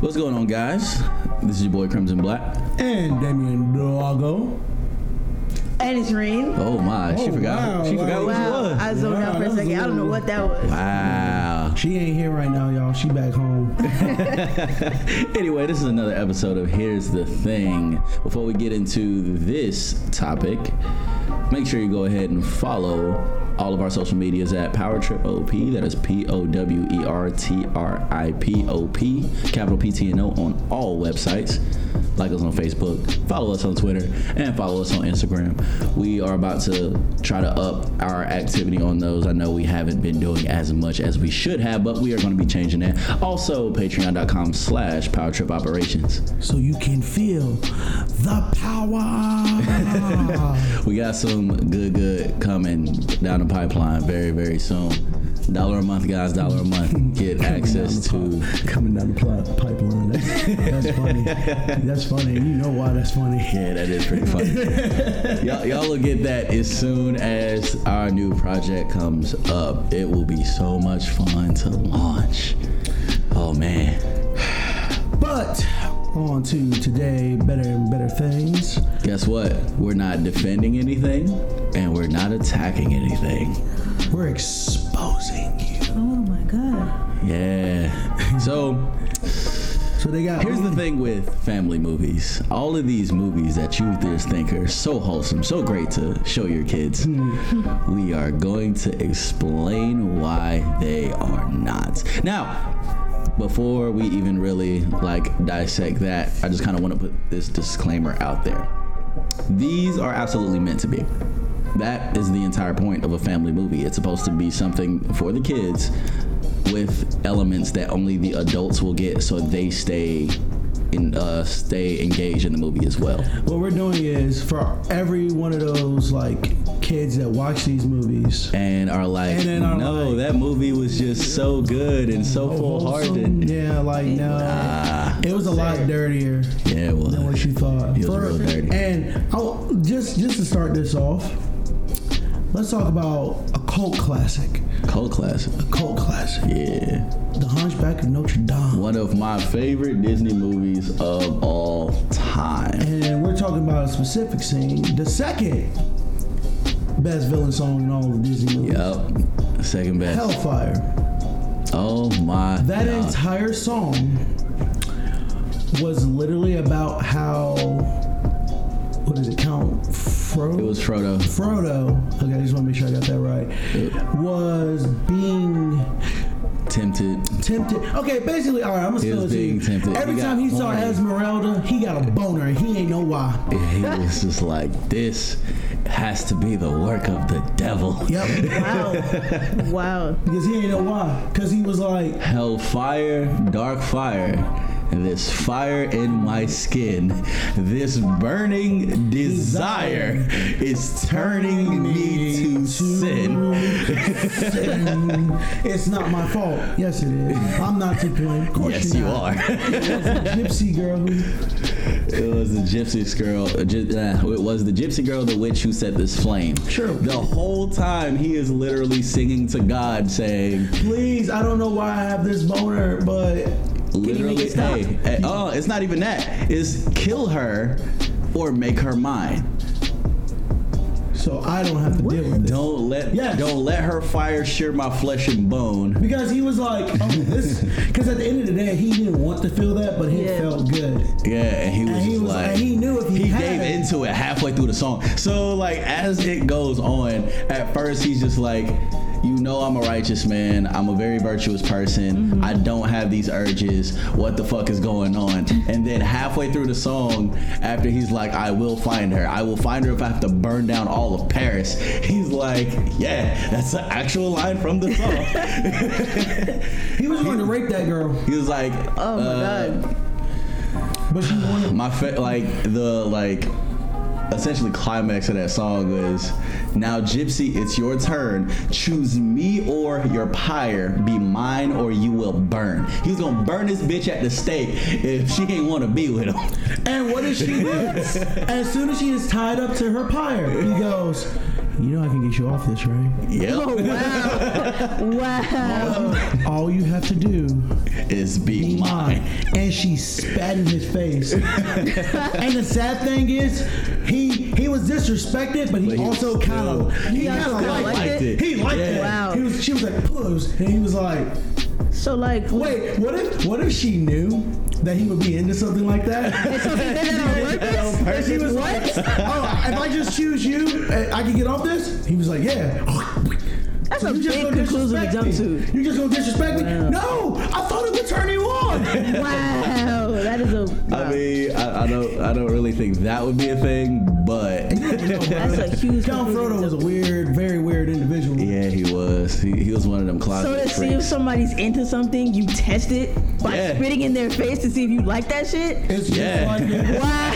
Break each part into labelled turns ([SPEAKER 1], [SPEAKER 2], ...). [SPEAKER 1] What's going on, guys? This is your boy Crimson Black.
[SPEAKER 2] And Damien Drago.
[SPEAKER 3] And it's Reen.
[SPEAKER 1] Oh my, she
[SPEAKER 2] Oh,
[SPEAKER 1] forgot.
[SPEAKER 2] wow,
[SPEAKER 1] she
[SPEAKER 2] wow.
[SPEAKER 1] forgot who she
[SPEAKER 3] Wow,
[SPEAKER 1] was.
[SPEAKER 3] I zoned out
[SPEAKER 2] Wow,
[SPEAKER 3] for
[SPEAKER 2] that
[SPEAKER 3] a
[SPEAKER 2] was
[SPEAKER 3] second.
[SPEAKER 2] a
[SPEAKER 3] I don't know
[SPEAKER 2] little-
[SPEAKER 3] what that was.
[SPEAKER 1] Wow.
[SPEAKER 2] She ain't here right now, y'all. She back home.
[SPEAKER 1] Anyway, this is another episode of Here's the Thing. Before we get into this topic, make sure you go ahead and follow all of our social medias at Power Trip OP. That is P O W E R T R I P O P, capital P T N O on all websites. Like us on Facebook, follow us on Twitter, and follow us on Instagram. We are about to try to up our activity on those. I know we haven't been doing as much as we should have, but we are going to be changing that. Also, patreon.com slash power trip operations.
[SPEAKER 2] so you can feel the power.
[SPEAKER 1] We got some good, good coming down the pipeline very, very soon. Dollar a month, guys, dollar a month. Get access to.
[SPEAKER 2] coming down the pl- pipeline. That's, that's funny. That's funny. You know why that's funny.
[SPEAKER 1] Yeah, that is pretty funny. y'all, y'all will get that as soon as our new project comes up. It will be so much fun to launch. Oh, man.
[SPEAKER 2] But on to today, better and better things.
[SPEAKER 1] Guess what? We're not defending anything and we're not attacking anything.
[SPEAKER 2] We're exposing you.
[SPEAKER 3] Oh my god.
[SPEAKER 1] Yeah. So
[SPEAKER 2] So they got
[SPEAKER 1] here's the thing with family movies. All of these movies that you just think are so wholesome, so great to show your kids, we are going to explain why they are not. Now, before we even really like dissect that, I just kind of want to put this disclaimer out there. These are absolutely meant to be. That is the entire point of a family movie. It's supposed to be something for the kids with elements that only the adults will get so they stay in uh stay engaged in the movie as well.
[SPEAKER 2] What we're doing is for every one of those like kids that watch these movies.
[SPEAKER 1] And are like,
[SPEAKER 2] And then are
[SPEAKER 1] no,
[SPEAKER 2] like-
[SPEAKER 1] that movie was just so good and so full
[SPEAKER 2] Wholesome.
[SPEAKER 1] hearted.
[SPEAKER 2] Yeah, like no. it was a lot dirtier
[SPEAKER 1] Yeah, it
[SPEAKER 2] than what
[SPEAKER 1] was.
[SPEAKER 2] you thought.
[SPEAKER 1] It was real dirty.
[SPEAKER 2] And I'll, just just to start this off, let's talk about a cult classic.
[SPEAKER 1] Cult classic.
[SPEAKER 2] A cult classic.
[SPEAKER 1] Yeah.
[SPEAKER 2] The Hunchback of Notre Dame.
[SPEAKER 1] One of my favorite Disney movies of all time.
[SPEAKER 2] And we're talking about a specific scene. The second best villain song in all of Disney movies.
[SPEAKER 1] Yup. Second best.
[SPEAKER 2] Hellfire.
[SPEAKER 1] Oh my
[SPEAKER 2] That
[SPEAKER 1] God.
[SPEAKER 2] entire song was literally about how what is it, Count Fro?
[SPEAKER 1] It was Frodo.
[SPEAKER 2] Frodo, okay, I just want to make sure I got that right, was being
[SPEAKER 1] Tempted.
[SPEAKER 2] tempted. Okay, basically, all right, I'm gonna
[SPEAKER 1] He
[SPEAKER 2] spill
[SPEAKER 1] was
[SPEAKER 2] it to you.
[SPEAKER 1] being tempted.
[SPEAKER 2] Every
[SPEAKER 1] He got
[SPEAKER 2] time he saw
[SPEAKER 1] horny.
[SPEAKER 2] Esmeralda, he got a boner, and he ain't know why.
[SPEAKER 1] And he was just like, this has to be the work of the devil.
[SPEAKER 2] Yep,
[SPEAKER 3] Wow. wow.
[SPEAKER 2] because he ain't know why, because he was like,
[SPEAKER 1] Hellfire, dark fire. This fire in my skin, this burning desire is turning me to sin.
[SPEAKER 2] "Mm, it's not my fault. Yes, it is. I'm not to blame. Of course
[SPEAKER 1] Yes,
[SPEAKER 2] you're
[SPEAKER 1] you
[SPEAKER 2] not.
[SPEAKER 1] are.
[SPEAKER 2] Gypsy girl who
[SPEAKER 1] It was the gypsy girl. uh, gy- uh, It was the gypsy girl, the witch who set this flame.
[SPEAKER 2] Sure.
[SPEAKER 1] The whole time he is literally singing to God, saying,
[SPEAKER 2] please, I don't know why I have this boner, but
[SPEAKER 1] literally, hey, hey, oh, it's not even that. It's kill her or make her mine.
[SPEAKER 2] so I don't have to deal with it.
[SPEAKER 1] Don't let
[SPEAKER 2] Yes.
[SPEAKER 1] don't let her fire shear my flesh and bone.
[SPEAKER 2] Because he was like, oh, this, because at the end of the day, he didn't want to feel that, but he
[SPEAKER 3] Yeah.
[SPEAKER 2] felt good.
[SPEAKER 1] Yeah, and he was,
[SPEAKER 2] he
[SPEAKER 1] just
[SPEAKER 2] was-
[SPEAKER 1] like
[SPEAKER 2] and he knew if he had
[SPEAKER 1] gave
[SPEAKER 2] it.
[SPEAKER 1] into it halfway through the song. So like as it goes on, at first he's just like, you know, I'm a righteous man. I'm a very virtuous person.
[SPEAKER 2] Mm-hmm.
[SPEAKER 1] I don't have these urges. What the fuck is going on? And then halfway through the song, after he's like, I will find her. I will find her if I have to burn down all of Paris. He's like, yeah, that's an actual line from the song.
[SPEAKER 2] He was going to rape that girl,
[SPEAKER 1] he was like,
[SPEAKER 3] Oh my
[SPEAKER 1] uh,
[SPEAKER 3] god.
[SPEAKER 2] but she wanted.
[SPEAKER 1] my fa- like the like essentially climax of that song is now gypsy it's your turn choose me or your pyre be mine or you will burn he was gonna burn this bitch at the stake if she ain't wanna be with him
[SPEAKER 2] And what does she do? as soon as she is tied up to her pyre, he goes, you know I can get you off this, right?
[SPEAKER 3] Oh,
[SPEAKER 1] Yep.
[SPEAKER 3] wow. wow.
[SPEAKER 2] All you have to do
[SPEAKER 1] It's be
[SPEAKER 2] be mine.
[SPEAKER 1] mine.
[SPEAKER 2] And she spat in his face. and the sad thing is, he he was disrespected, but he,
[SPEAKER 1] But he was
[SPEAKER 2] also kind
[SPEAKER 1] still-
[SPEAKER 2] of he
[SPEAKER 3] He
[SPEAKER 2] kind
[SPEAKER 3] also
[SPEAKER 2] of
[SPEAKER 3] kinda
[SPEAKER 2] liked,
[SPEAKER 3] liked
[SPEAKER 2] it.
[SPEAKER 1] it.
[SPEAKER 2] He liked
[SPEAKER 1] Yeah.
[SPEAKER 2] it.
[SPEAKER 3] Wow.
[SPEAKER 2] He was she was like push, and he was like,
[SPEAKER 3] So, like,
[SPEAKER 2] wait, what if what if she knew that he would be into something like that?
[SPEAKER 3] And so he did that on
[SPEAKER 2] And
[SPEAKER 3] purpose?
[SPEAKER 2] she was like,
[SPEAKER 3] what?
[SPEAKER 2] oh, if I just choose you, eh, I can get off this. He was like, yeah.
[SPEAKER 3] That's
[SPEAKER 2] So
[SPEAKER 3] a
[SPEAKER 2] you just
[SPEAKER 3] big
[SPEAKER 2] gonna
[SPEAKER 3] conclusion to jump
[SPEAKER 2] disrespect me?
[SPEAKER 3] to.
[SPEAKER 2] You just gonna disrespect me?
[SPEAKER 3] Wow.
[SPEAKER 2] No, I thought it would turn you on.
[SPEAKER 3] Wow. That is a.
[SPEAKER 1] I
[SPEAKER 3] Wow.
[SPEAKER 1] mean, I, I don't, I don't really think that would be a thing, but
[SPEAKER 3] That's a huge.
[SPEAKER 2] Count Frodo
[SPEAKER 3] conclusion
[SPEAKER 2] was
[SPEAKER 3] to-
[SPEAKER 2] a weird, very weird individual.
[SPEAKER 1] yeah, he was. He, he was one of them
[SPEAKER 3] So
[SPEAKER 1] closet
[SPEAKER 3] to see if
[SPEAKER 1] freaks.
[SPEAKER 3] somebody's into something, you test it by
[SPEAKER 1] Yeah.
[SPEAKER 3] spitting in their face to see if you like that shit.
[SPEAKER 2] It's just
[SPEAKER 1] Yeah.
[SPEAKER 2] like it-
[SPEAKER 3] Wow.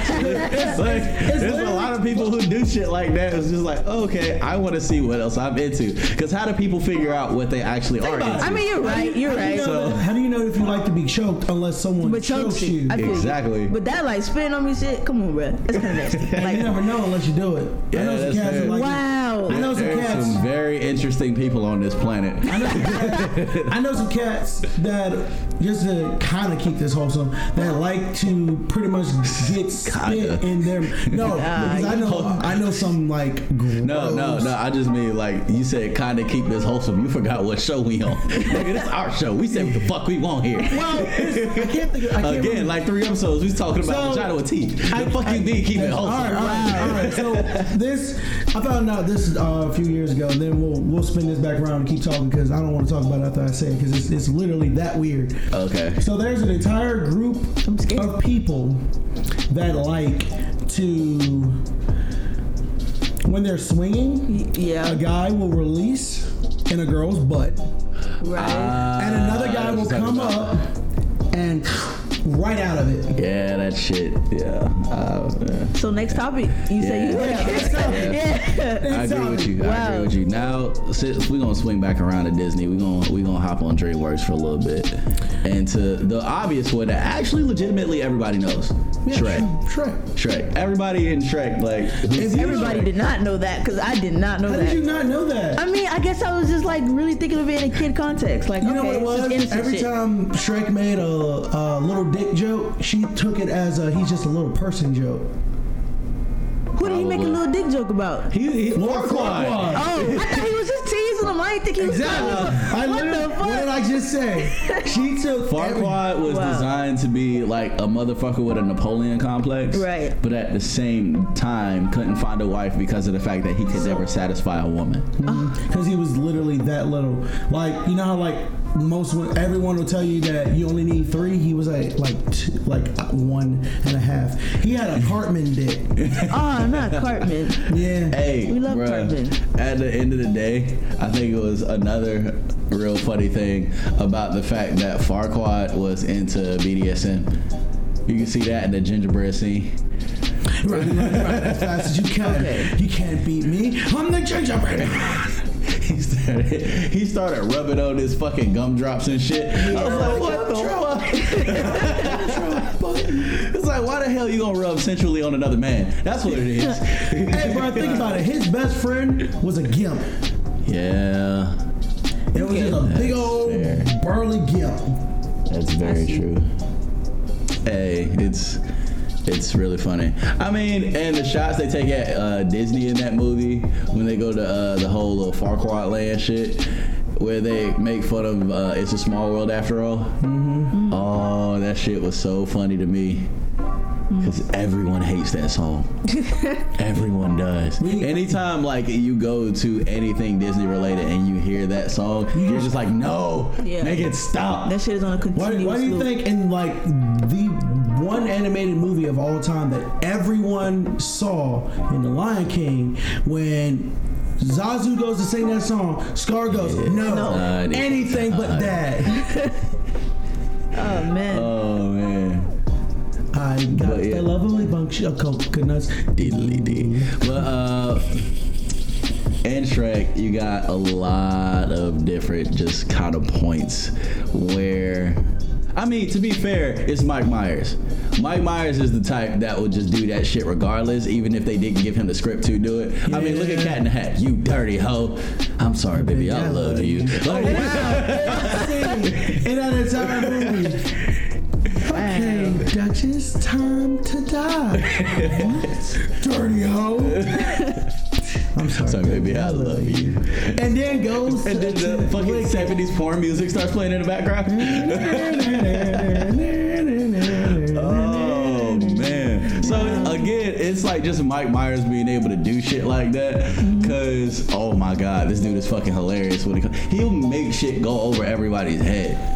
[SPEAKER 1] Like, there's a lot of people who do shit like that. It's just like, okay, I want to see what else I'm into. Because how do people figure out what they actually are into?
[SPEAKER 3] I mean, you're right. You're
[SPEAKER 2] How do you
[SPEAKER 3] right.
[SPEAKER 2] know
[SPEAKER 1] So-
[SPEAKER 2] that- how do you know if you like to be choked unless someone
[SPEAKER 3] But
[SPEAKER 2] chokes
[SPEAKER 3] chokes
[SPEAKER 2] you?
[SPEAKER 3] you. I feel you.
[SPEAKER 1] Exactly.
[SPEAKER 3] But that like spitting on me shit. Come on, bro. That's kind of nasty.
[SPEAKER 2] you
[SPEAKER 3] Like,
[SPEAKER 2] never know unless you do it. I
[SPEAKER 1] Yeah,
[SPEAKER 2] know some
[SPEAKER 1] that's
[SPEAKER 2] cats that
[SPEAKER 1] fair.
[SPEAKER 2] like I
[SPEAKER 3] wow.
[SPEAKER 2] know some
[SPEAKER 1] There's
[SPEAKER 2] cats.
[SPEAKER 1] some very interesting people on this planet.
[SPEAKER 2] I know some cats. I know some cats that just to kind of keep this wholesome that like to pretty much get spit
[SPEAKER 1] Kinda.
[SPEAKER 2] in their no
[SPEAKER 3] Nah,
[SPEAKER 2] because I know I know some like
[SPEAKER 1] No, no,
[SPEAKER 2] gross-
[SPEAKER 1] no. I just mean like you said, kind of keep this wholesome. You forgot what show we on. Nigga, this our show. We say what the fuck we want here.
[SPEAKER 2] Well, it's- I can't think. Of, I can't remember.
[SPEAKER 1] Again, like three episodes, we was talking about
[SPEAKER 2] So-
[SPEAKER 1] vagina with teeth. The fuck you mean keep it
[SPEAKER 2] All right, all
[SPEAKER 1] wholesome?
[SPEAKER 2] right, all right. So this, I found out this uh, a few years ago. Then we'll we'll spin this back around and keep talking because I don't want to talk about it after I say it because it's, it's literally that weird.
[SPEAKER 1] Okay.
[SPEAKER 2] So there's an entire group
[SPEAKER 3] I'm scared.
[SPEAKER 2] of people that like to when they're swinging, a
[SPEAKER 3] Yeah.
[SPEAKER 2] guy will release in a girl's butt,
[SPEAKER 3] Right.
[SPEAKER 2] and another guy
[SPEAKER 1] Uh,
[SPEAKER 2] will
[SPEAKER 1] just talking
[SPEAKER 2] come
[SPEAKER 1] about-
[SPEAKER 2] up and right out of it.
[SPEAKER 1] Yeah, that shit. Yeah. Uh, yeah.
[SPEAKER 3] So next topic. You say you.
[SPEAKER 2] Yeah, that's tough.
[SPEAKER 3] Yeah.
[SPEAKER 1] I agree with you. I agree
[SPEAKER 3] Wow.
[SPEAKER 1] with you. Now, since we're gonna swing back around to Disney, we're gonna we gonna hop on DreamWorks for a little bit, and to the obvious one that actually, legitimately, everybody knows, Shrek.
[SPEAKER 2] Shrek.
[SPEAKER 1] Shrek. Everybody in Shrek, like who's-
[SPEAKER 2] If you-
[SPEAKER 3] Everybody did not know that because I did not know
[SPEAKER 2] How did you
[SPEAKER 3] that.
[SPEAKER 2] not know that?
[SPEAKER 3] I mean, I guess I was just like really thinking of it in a kid context. Like,
[SPEAKER 2] You
[SPEAKER 3] okay,
[SPEAKER 2] know what it
[SPEAKER 3] it's just
[SPEAKER 2] was?
[SPEAKER 3] innocent
[SPEAKER 2] Every
[SPEAKER 3] shit.
[SPEAKER 2] time Shrek made a, a little dick joke, she took it as a he's just a little person joke.
[SPEAKER 3] Who did he make a
[SPEAKER 1] Probably.
[SPEAKER 3] little dick joke about?
[SPEAKER 1] he, he
[SPEAKER 2] Farquaad.
[SPEAKER 3] Oh, I thought he was just teasing him. I didn't think he was.
[SPEAKER 2] I
[SPEAKER 3] What
[SPEAKER 2] literally-
[SPEAKER 3] the fuck?
[SPEAKER 2] What did I just say? She took every-
[SPEAKER 1] Farquaad was
[SPEAKER 3] Wow.
[SPEAKER 1] designed to be like a motherfucker with a Napoleon complex,
[SPEAKER 3] Right.
[SPEAKER 1] But at the same time, couldn't find a wife because of the fact that he could never satisfy a woman.
[SPEAKER 2] because he was literally that little. Like you know how like most everyone will tell you that you only need three. He was like like two, like one and a half. He had a Cartman dick.
[SPEAKER 3] Oh, not Cartman.
[SPEAKER 2] Yeah.
[SPEAKER 1] Hey,
[SPEAKER 3] We love
[SPEAKER 1] bruh,
[SPEAKER 3] Cartman.
[SPEAKER 1] At the end of the day, I think it was another real funny thing about the fact that Farquaad was into BDSM. You can see that in the gingerbread scene.
[SPEAKER 2] Right, right, right, as fast as you can.
[SPEAKER 3] Okay.
[SPEAKER 2] You can't beat me. I'm the gingerbread. man.
[SPEAKER 1] He started, he started rubbing on his fucking gumdrops and shit. I was like, what the fuck? It's like, why the hell you gonna rub sensually on another man? That's what it is.
[SPEAKER 2] Hey, bro, think about it. His best friend was a gimp.
[SPEAKER 1] yeah,
[SPEAKER 2] It was just a big old
[SPEAKER 1] fair.
[SPEAKER 2] burly gimp.
[SPEAKER 1] that's very true. Hey, it's it's really funny. I mean, and the shots they take at uh, Disney in that movie when they go to uh, the whole little Farquaad land shit. Where they make fun of uh, "It's a Small World" after all. Oh, that shit was so funny to me. Because everyone hates that song. everyone does.
[SPEAKER 2] We-
[SPEAKER 1] Anytime like you go to anything Disney related and you hear that song, you're just like, no,
[SPEAKER 3] Yeah.
[SPEAKER 1] make it stop.
[SPEAKER 3] That shit is on a
[SPEAKER 2] Why,
[SPEAKER 3] continuous
[SPEAKER 2] why do you
[SPEAKER 3] loop.
[SPEAKER 2] think in like the one animated movie of all time that everyone saw in The Lion King when Zazu goes to sing that song, Scar goes, no,
[SPEAKER 1] Uh,
[SPEAKER 2] anything but that.
[SPEAKER 3] Oh man.
[SPEAKER 1] Oh man.
[SPEAKER 2] I got
[SPEAKER 1] But, yeah.
[SPEAKER 2] the lovely bunch of coconuts.
[SPEAKER 1] Diddly dee. But uh in Shrek, you got a lot of different just kind of points where I mean, to be fair, it's Mike Myers. Mike Myers is the type that will just do that shit regardless, even if they didn't give him the script to do it. I mean, look at
[SPEAKER 2] Yeah.
[SPEAKER 1] Cat in the Hat. You dirty hoe. I'm sorry, baby. I
[SPEAKER 2] Yeah.
[SPEAKER 1] love you. Like,
[SPEAKER 2] Eight out of time movie. Okay, Duchess, time to die. What? Dirty hoe. I'm sorry.
[SPEAKER 1] sorry, baby. I love you.
[SPEAKER 2] And then goes.
[SPEAKER 1] And then the fucking 70s porn music starts playing in the background. Oh man. So again, it's like just Mike Myers being able to do shit like that. Cause oh my god, this dude is fucking hilarious when it comes. He'll make shit go over everybody's head.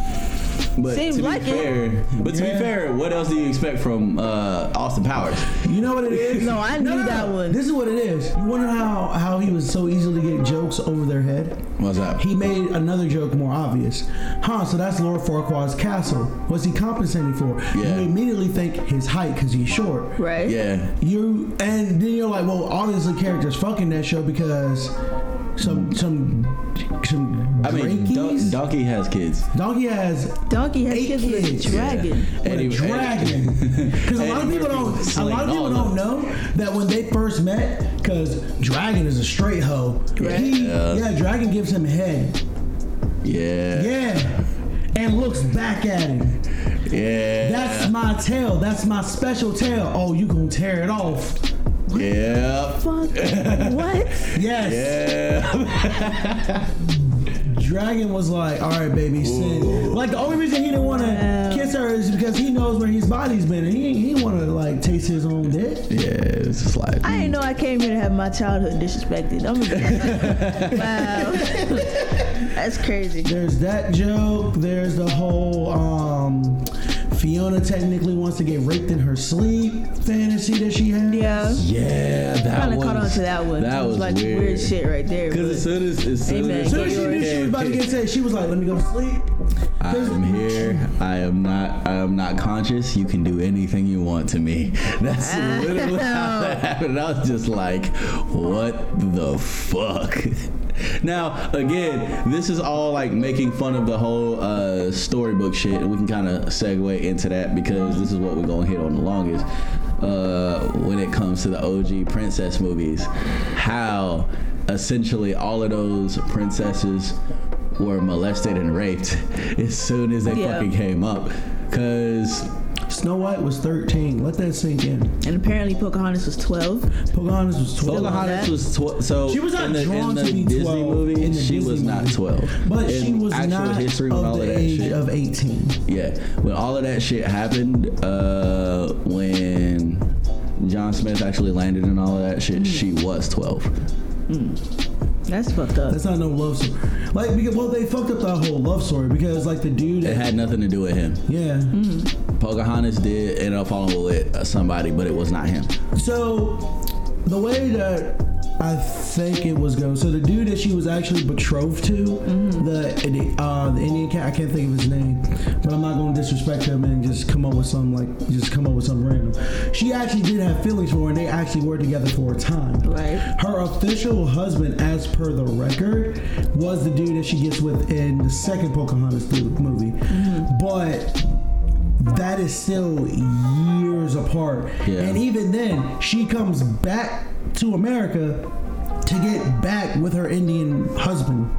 [SPEAKER 1] But
[SPEAKER 3] Seems
[SPEAKER 1] to be
[SPEAKER 3] like it.
[SPEAKER 1] fair, but to be
[SPEAKER 2] Yeah.
[SPEAKER 1] fair, what else do you expect from uh, Austin Powers?
[SPEAKER 2] You know what it is?
[SPEAKER 3] No, I knew that one.
[SPEAKER 2] This is what it is. You wonder how how he was so easily get jokes over their head.
[SPEAKER 1] What's that?
[SPEAKER 2] He made another joke more obvious. Huh, so that's Lord Farquaad's castle. What's he compensating for?
[SPEAKER 1] Yeah.
[SPEAKER 2] You immediately think his height because he's short.
[SPEAKER 3] Right?
[SPEAKER 1] yeah.
[SPEAKER 2] You and then you're like, well, obviously characters fucking that show because some some some
[SPEAKER 1] I mean, Don-
[SPEAKER 2] Drakes?
[SPEAKER 1] Donkey has kids.
[SPEAKER 2] Donkey has
[SPEAKER 3] Donkey has
[SPEAKER 2] Eight
[SPEAKER 3] kids with a
[SPEAKER 2] kids.
[SPEAKER 3] dragon.
[SPEAKER 2] With
[SPEAKER 1] Eddie-
[SPEAKER 2] a dragon. Because a lot of
[SPEAKER 1] Eddie Murphy
[SPEAKER 2] people don't, a
[SPEAKER 1] slayed
[SPEAKER 2] lot of people
[SPEAKER 1] all of
[SPEAKER 2] don't know that when they first met, because Dragon is a straight hoe. He,
[SPEAKER 1] Yeah.
[SPEAKER 2] yeah, Dragon gives him head.
[SPEAKER 1] Yeah.
[SPEAKER 2] Yeah. And looks back at him.
[SPEAKER 1] Yeah.
[SPEAKER 2] That's my tail. That's my special tail. Oh, you gonna tear it off?
[SPEAKER 1] yeah.
[SPEAKER 3] Fuck. what?
[SPEAKER 2] Yes.
[SPEAKER 1] Yeah.
[SPEAKER 2] Dragon was like, all right, baby, sin. Like the only reason he didn't want to
[SPEAKER 3] Wow.
[SPEAKER 2] kiss her is because he knows where his body's been, and he ain't- he ain't want to like taste his own dick.
[SPEAKER 1] Yeah. It's just like.
[SPEAKER 3] I didn't know I came here to have my childhood disrespected. I'm gonna- wow. That's crazy.
[SPEAKER 2] There's that joke. There's the whole um, Fiona technically wants to get raped in her sleep fantasy that she had.
[SPEAKER 3] Yeah.
[SPEAKER 1] Yeah, that
[SPEAKER 3] Kind of
[SPEAKER 1] was,
[SPEAKER 3] caught on to that one.
[SPEAKER 1] That
[SPEAKER 3] it
[SPEAKER 1] was
[SPEAKER 3] like
[SPEAKER 1] weird.
[SPEAKER 3] shit right there.
[SPEAKER 1] Because as
[SPEAKER 3] but-
[SPEAKER 1] soon as, as soon
[SPEAKER 3] Amen.
[SPEAKER 1] as,
[SPEAKER 2] As soon as she knew she was about to get sick, she was like, "Let me go to sleep."
[SPEAKER 1] I'm here. I am not. I am not conscious. You can do anything you want to me. That's literally how that happened. I was just like, what the fuck. Now, again, this is all like making fun of the whole uh, storybook shit, and we can kind of segue into that because this is what we're gonna hit on the longest uh, when it comes to the OG princess movies. How essentially all of those princesses were molested and raped as soon as they
[SPEAKER 3] Yeah.
[SPEAKER 1] fucking came up. Cause
[SPEAKER 2] Snow White was 13. Let that sink in.
[SPEAKER 3] and apparently Pocahontas was 12.
[SPEAKER 2] Pocahontas was 12.
[SPEAKER 1] Pocahontas was tw- so
[SPEAKER 2] She was not
[SPEAKER 1] in the, in
[SPEAKER 2] drawn
[SPEAKER 1] the
[SPEAKER 2] to be
[SPEAKER 1] Disney
[SPEAKER 2] 12
[SPEAKER 1] movie.
[SPEAKER 2] in the
[SPEAKER 1] she
[SPEAKER 2] Disney
[SPEAKER 1] was not
[SPEAKER 2] movie.
[SPEAKER 1] twelve,
[SPEAKER 2] But
[SPEAKER 1] In
[SPEAKER 2] she was
[SPEAKER 1] actual
[SPEAKER 2] not
[SPEAKER 1] history
[SPEAKER 2] of
[SPEAKER 1] when all
[SPEAKER 2] the
[SPEAKER 1] of that
[SPEAKER 2] age
[SPEAKER 1] shit.
[SPEAKER 2] of 18.
[SPEAKER 1] Yeah, when all of that shit happened, uh, when John Smith actually landed and all of that shit, she
[SPEAKER 2] Mm-hmm.
[SPEAKER 1] was 12.
[SPEAKER 3] That's fucked up.
[SPEAKER 2] That's not no love story. Like, because, well, they fucked up that whole love story because, like, the dude.
[SPEAKER 1] It had nothing to do with him.
[SPEAKER 2] yeah.
[SPEAKER 1] Pocahontas did end up falling with uh, somebody, but it was not him.
[SPEAKER 2] So, the way that I think it was going, so the dude that she was actually betrothed to, the uh, the Indian cat, I can't think of his name, but I'm not going to disrespect him and just come up with some like just come up with some random. She actually did have feelings for, her and they actually were together for a time.
[SPEAKER 3] Right.
[SPEAKER 2] Her official husband, as per the record, was the dude that she gets with in the second Pocahontas dude- movie, but that is still years apart.
[SPEAKER 1] Yeah.
[SPEAKER 2] And even then, she comes back to America to get back with her Indian husband.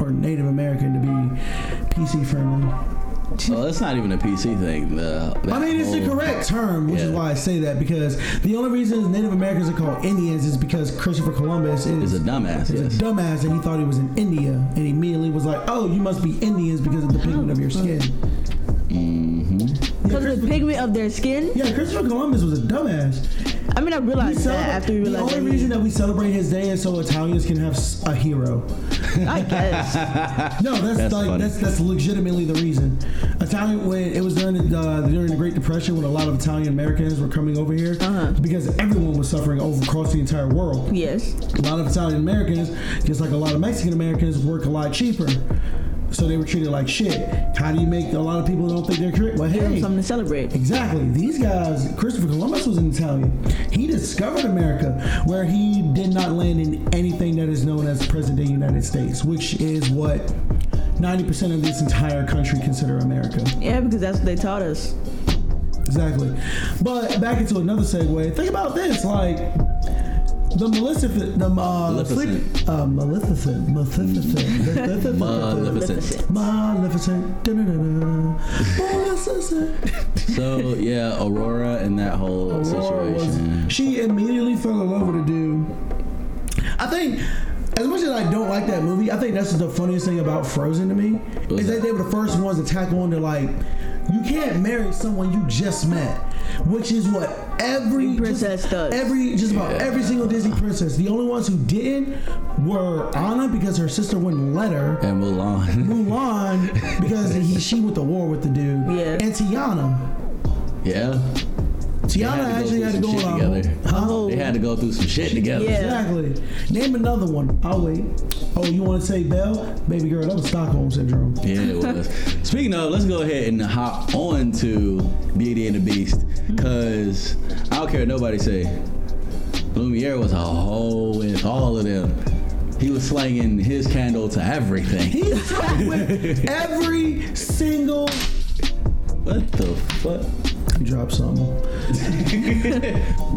[SPEAKER 2] Or Native American to be PC friendly.
[SPEAKER 1] Well, that's not even a PC thing. uh, The,
[SPEAKER 2] I mean, it's the correct term, which
[SPEAKER 1] Yeah.
[SPEAKER 2] is why I say that because the only reason Native Americans are called Indians is because Christopher Columbus
[SPEAKER 1] Is
[SPEAKER 2] is,
[SPEAKER 1] a dumbass.
[SPEAKER 2] is
[SPEAKER 1] Yes.
[SPEAKER 2] a dumbass and he thought he was in India and he immediately was like, "Oh, you must be Indians because of the pigment of your
[SPEAKER 3] Oh,
[SPEAKER 2] skin."
[SPEAKER 3] Because of the pigment of their skin.
[SPEAKER 2] Yeah, Christopher Columbus was a dumbass.
[SPEAKER 3] I mean, I
[SPEAKER 2] We
[SPEAKER 3] realized
[SPEAKER 2] cele-
[SPEAKER 3] that after we
[SPEAKER 2] the
[SPEAKER 3] realized
[SPEAKER 2] only
[SPEAKER 3] that
[SPEAKER 2] reason that we celebrate his day is so Italians can have s- a hero.
[SPEAKER 3] I guess.
[SPEAKER 2] No, that's,
[SPEAKER 1] That's
[SPEAKER 2] like
[SPEAKER 1] funny.
[SPEAKER 2] that's that's legitimately the reason. Italian when it was during the uh, during the Great Depression when a lot of Italian Americans were coming over here
[SPEAKER 3] Uh-huh.
[SPEAKER 2] because everyone was suffering over across the entire world.
[SPEAKER 3] yes.
[SPEAKER 2] a lot of Italian Americans, just like a lot of Mexican Americans, work a lot cheaper. So they were treated like shit. How do you make a lot of people don't think they're correct? Well, hey,
[SPEAKER 3] Something to celebrate.
[SPEAKER 2] exactly. These guys, Christopher Columbus was an Italian. He discovered America, where he did not land in anything that is known as present day United States, which is what 90% of this entire country consider America.
[SPEAKER 3] Yeah, because that's what they taught us.
[SPEAKER 2] Exactly. But back into another segue. Think about this, like the Maleficent, the uh,
[SPEAKER 1] Maleficent.
[SPEAKER 2] Flick, uh, Maleficent, Maleficent,
[SPEAKER 1] Uh, Maleficent.
[SPEAKER 2] Maleficent, dun-dun-dun-dun, Maleficent.
[SPEAKER 1] So yeah, Aurora and that whole
[SPEAKER 2] Aurora was.
[SPEAKER 1] situation.
[SPEAKER 2] She immediately fell in love with a dude. I think. As much as I don't like that movie, I think that's the funniest thing about Frozen to me
[SPEAKER 1] was
[SPEAKER 2] is that
[SPEAKER 1] that?
[SPEAKER 2] they were the first ones to tackle on to like, you can't marry someone you just met, which is what every
[SPEAKER 3] Every princess
[SPEAKER 2] just,
[SPEAKER 3] does.
[SPEAKER 2] Every just about
[SPEAKER 1] Yeah.
[SPEAKER 2] every single Disney princess. The only ones who didn't were Anna because her sister wouldn't let her.
[SPEAKER 1] and Mulan.
[SPEAKER 2] Mulan because he, she went to war with the dude.
[SPEAKER 3] Yeah.
[SPEAKER 2] And Tiana.
[SPEAKER 1] yeah,
[SPEAKER 2] Tiana
[SPEAKER 1] to go
[SPEAKER 2] actually
[SPEAKER 1] through
[SPEAKER 2] had to go
[SPEAKER 1] some
[SPEAKER 2] on
[SPEAKER 1] shit
[SPEAKER 2] a-
[SPEAKER 1] together.
[SPEAKER 3] Oh,
[SPEAKER 2] Huh?
[SPEAKER 1] they had to go through some shit together.
[SPEAKER 3] Yeah.
[SPEAKER 2] Exactly. Name another one. I'll wait. Oh, you want to say Belle? Baby girl, that was Stockholm syndrome.
[SPEAKER 1] Yeah, it was. Speaking of, let's go ahead and hop on to Beauty and the Beast,
[SPEAKER 2] Hmm.
[SPEAKER 1] cause I don't care what nobody say. Lumiere was a hoe with all of them. He was slanging his candle to everything.
[SPEAKER 2] He fucked with every single.
[SPEAKER 1] What the fuck?
[SPEAKER 2] You dropped something.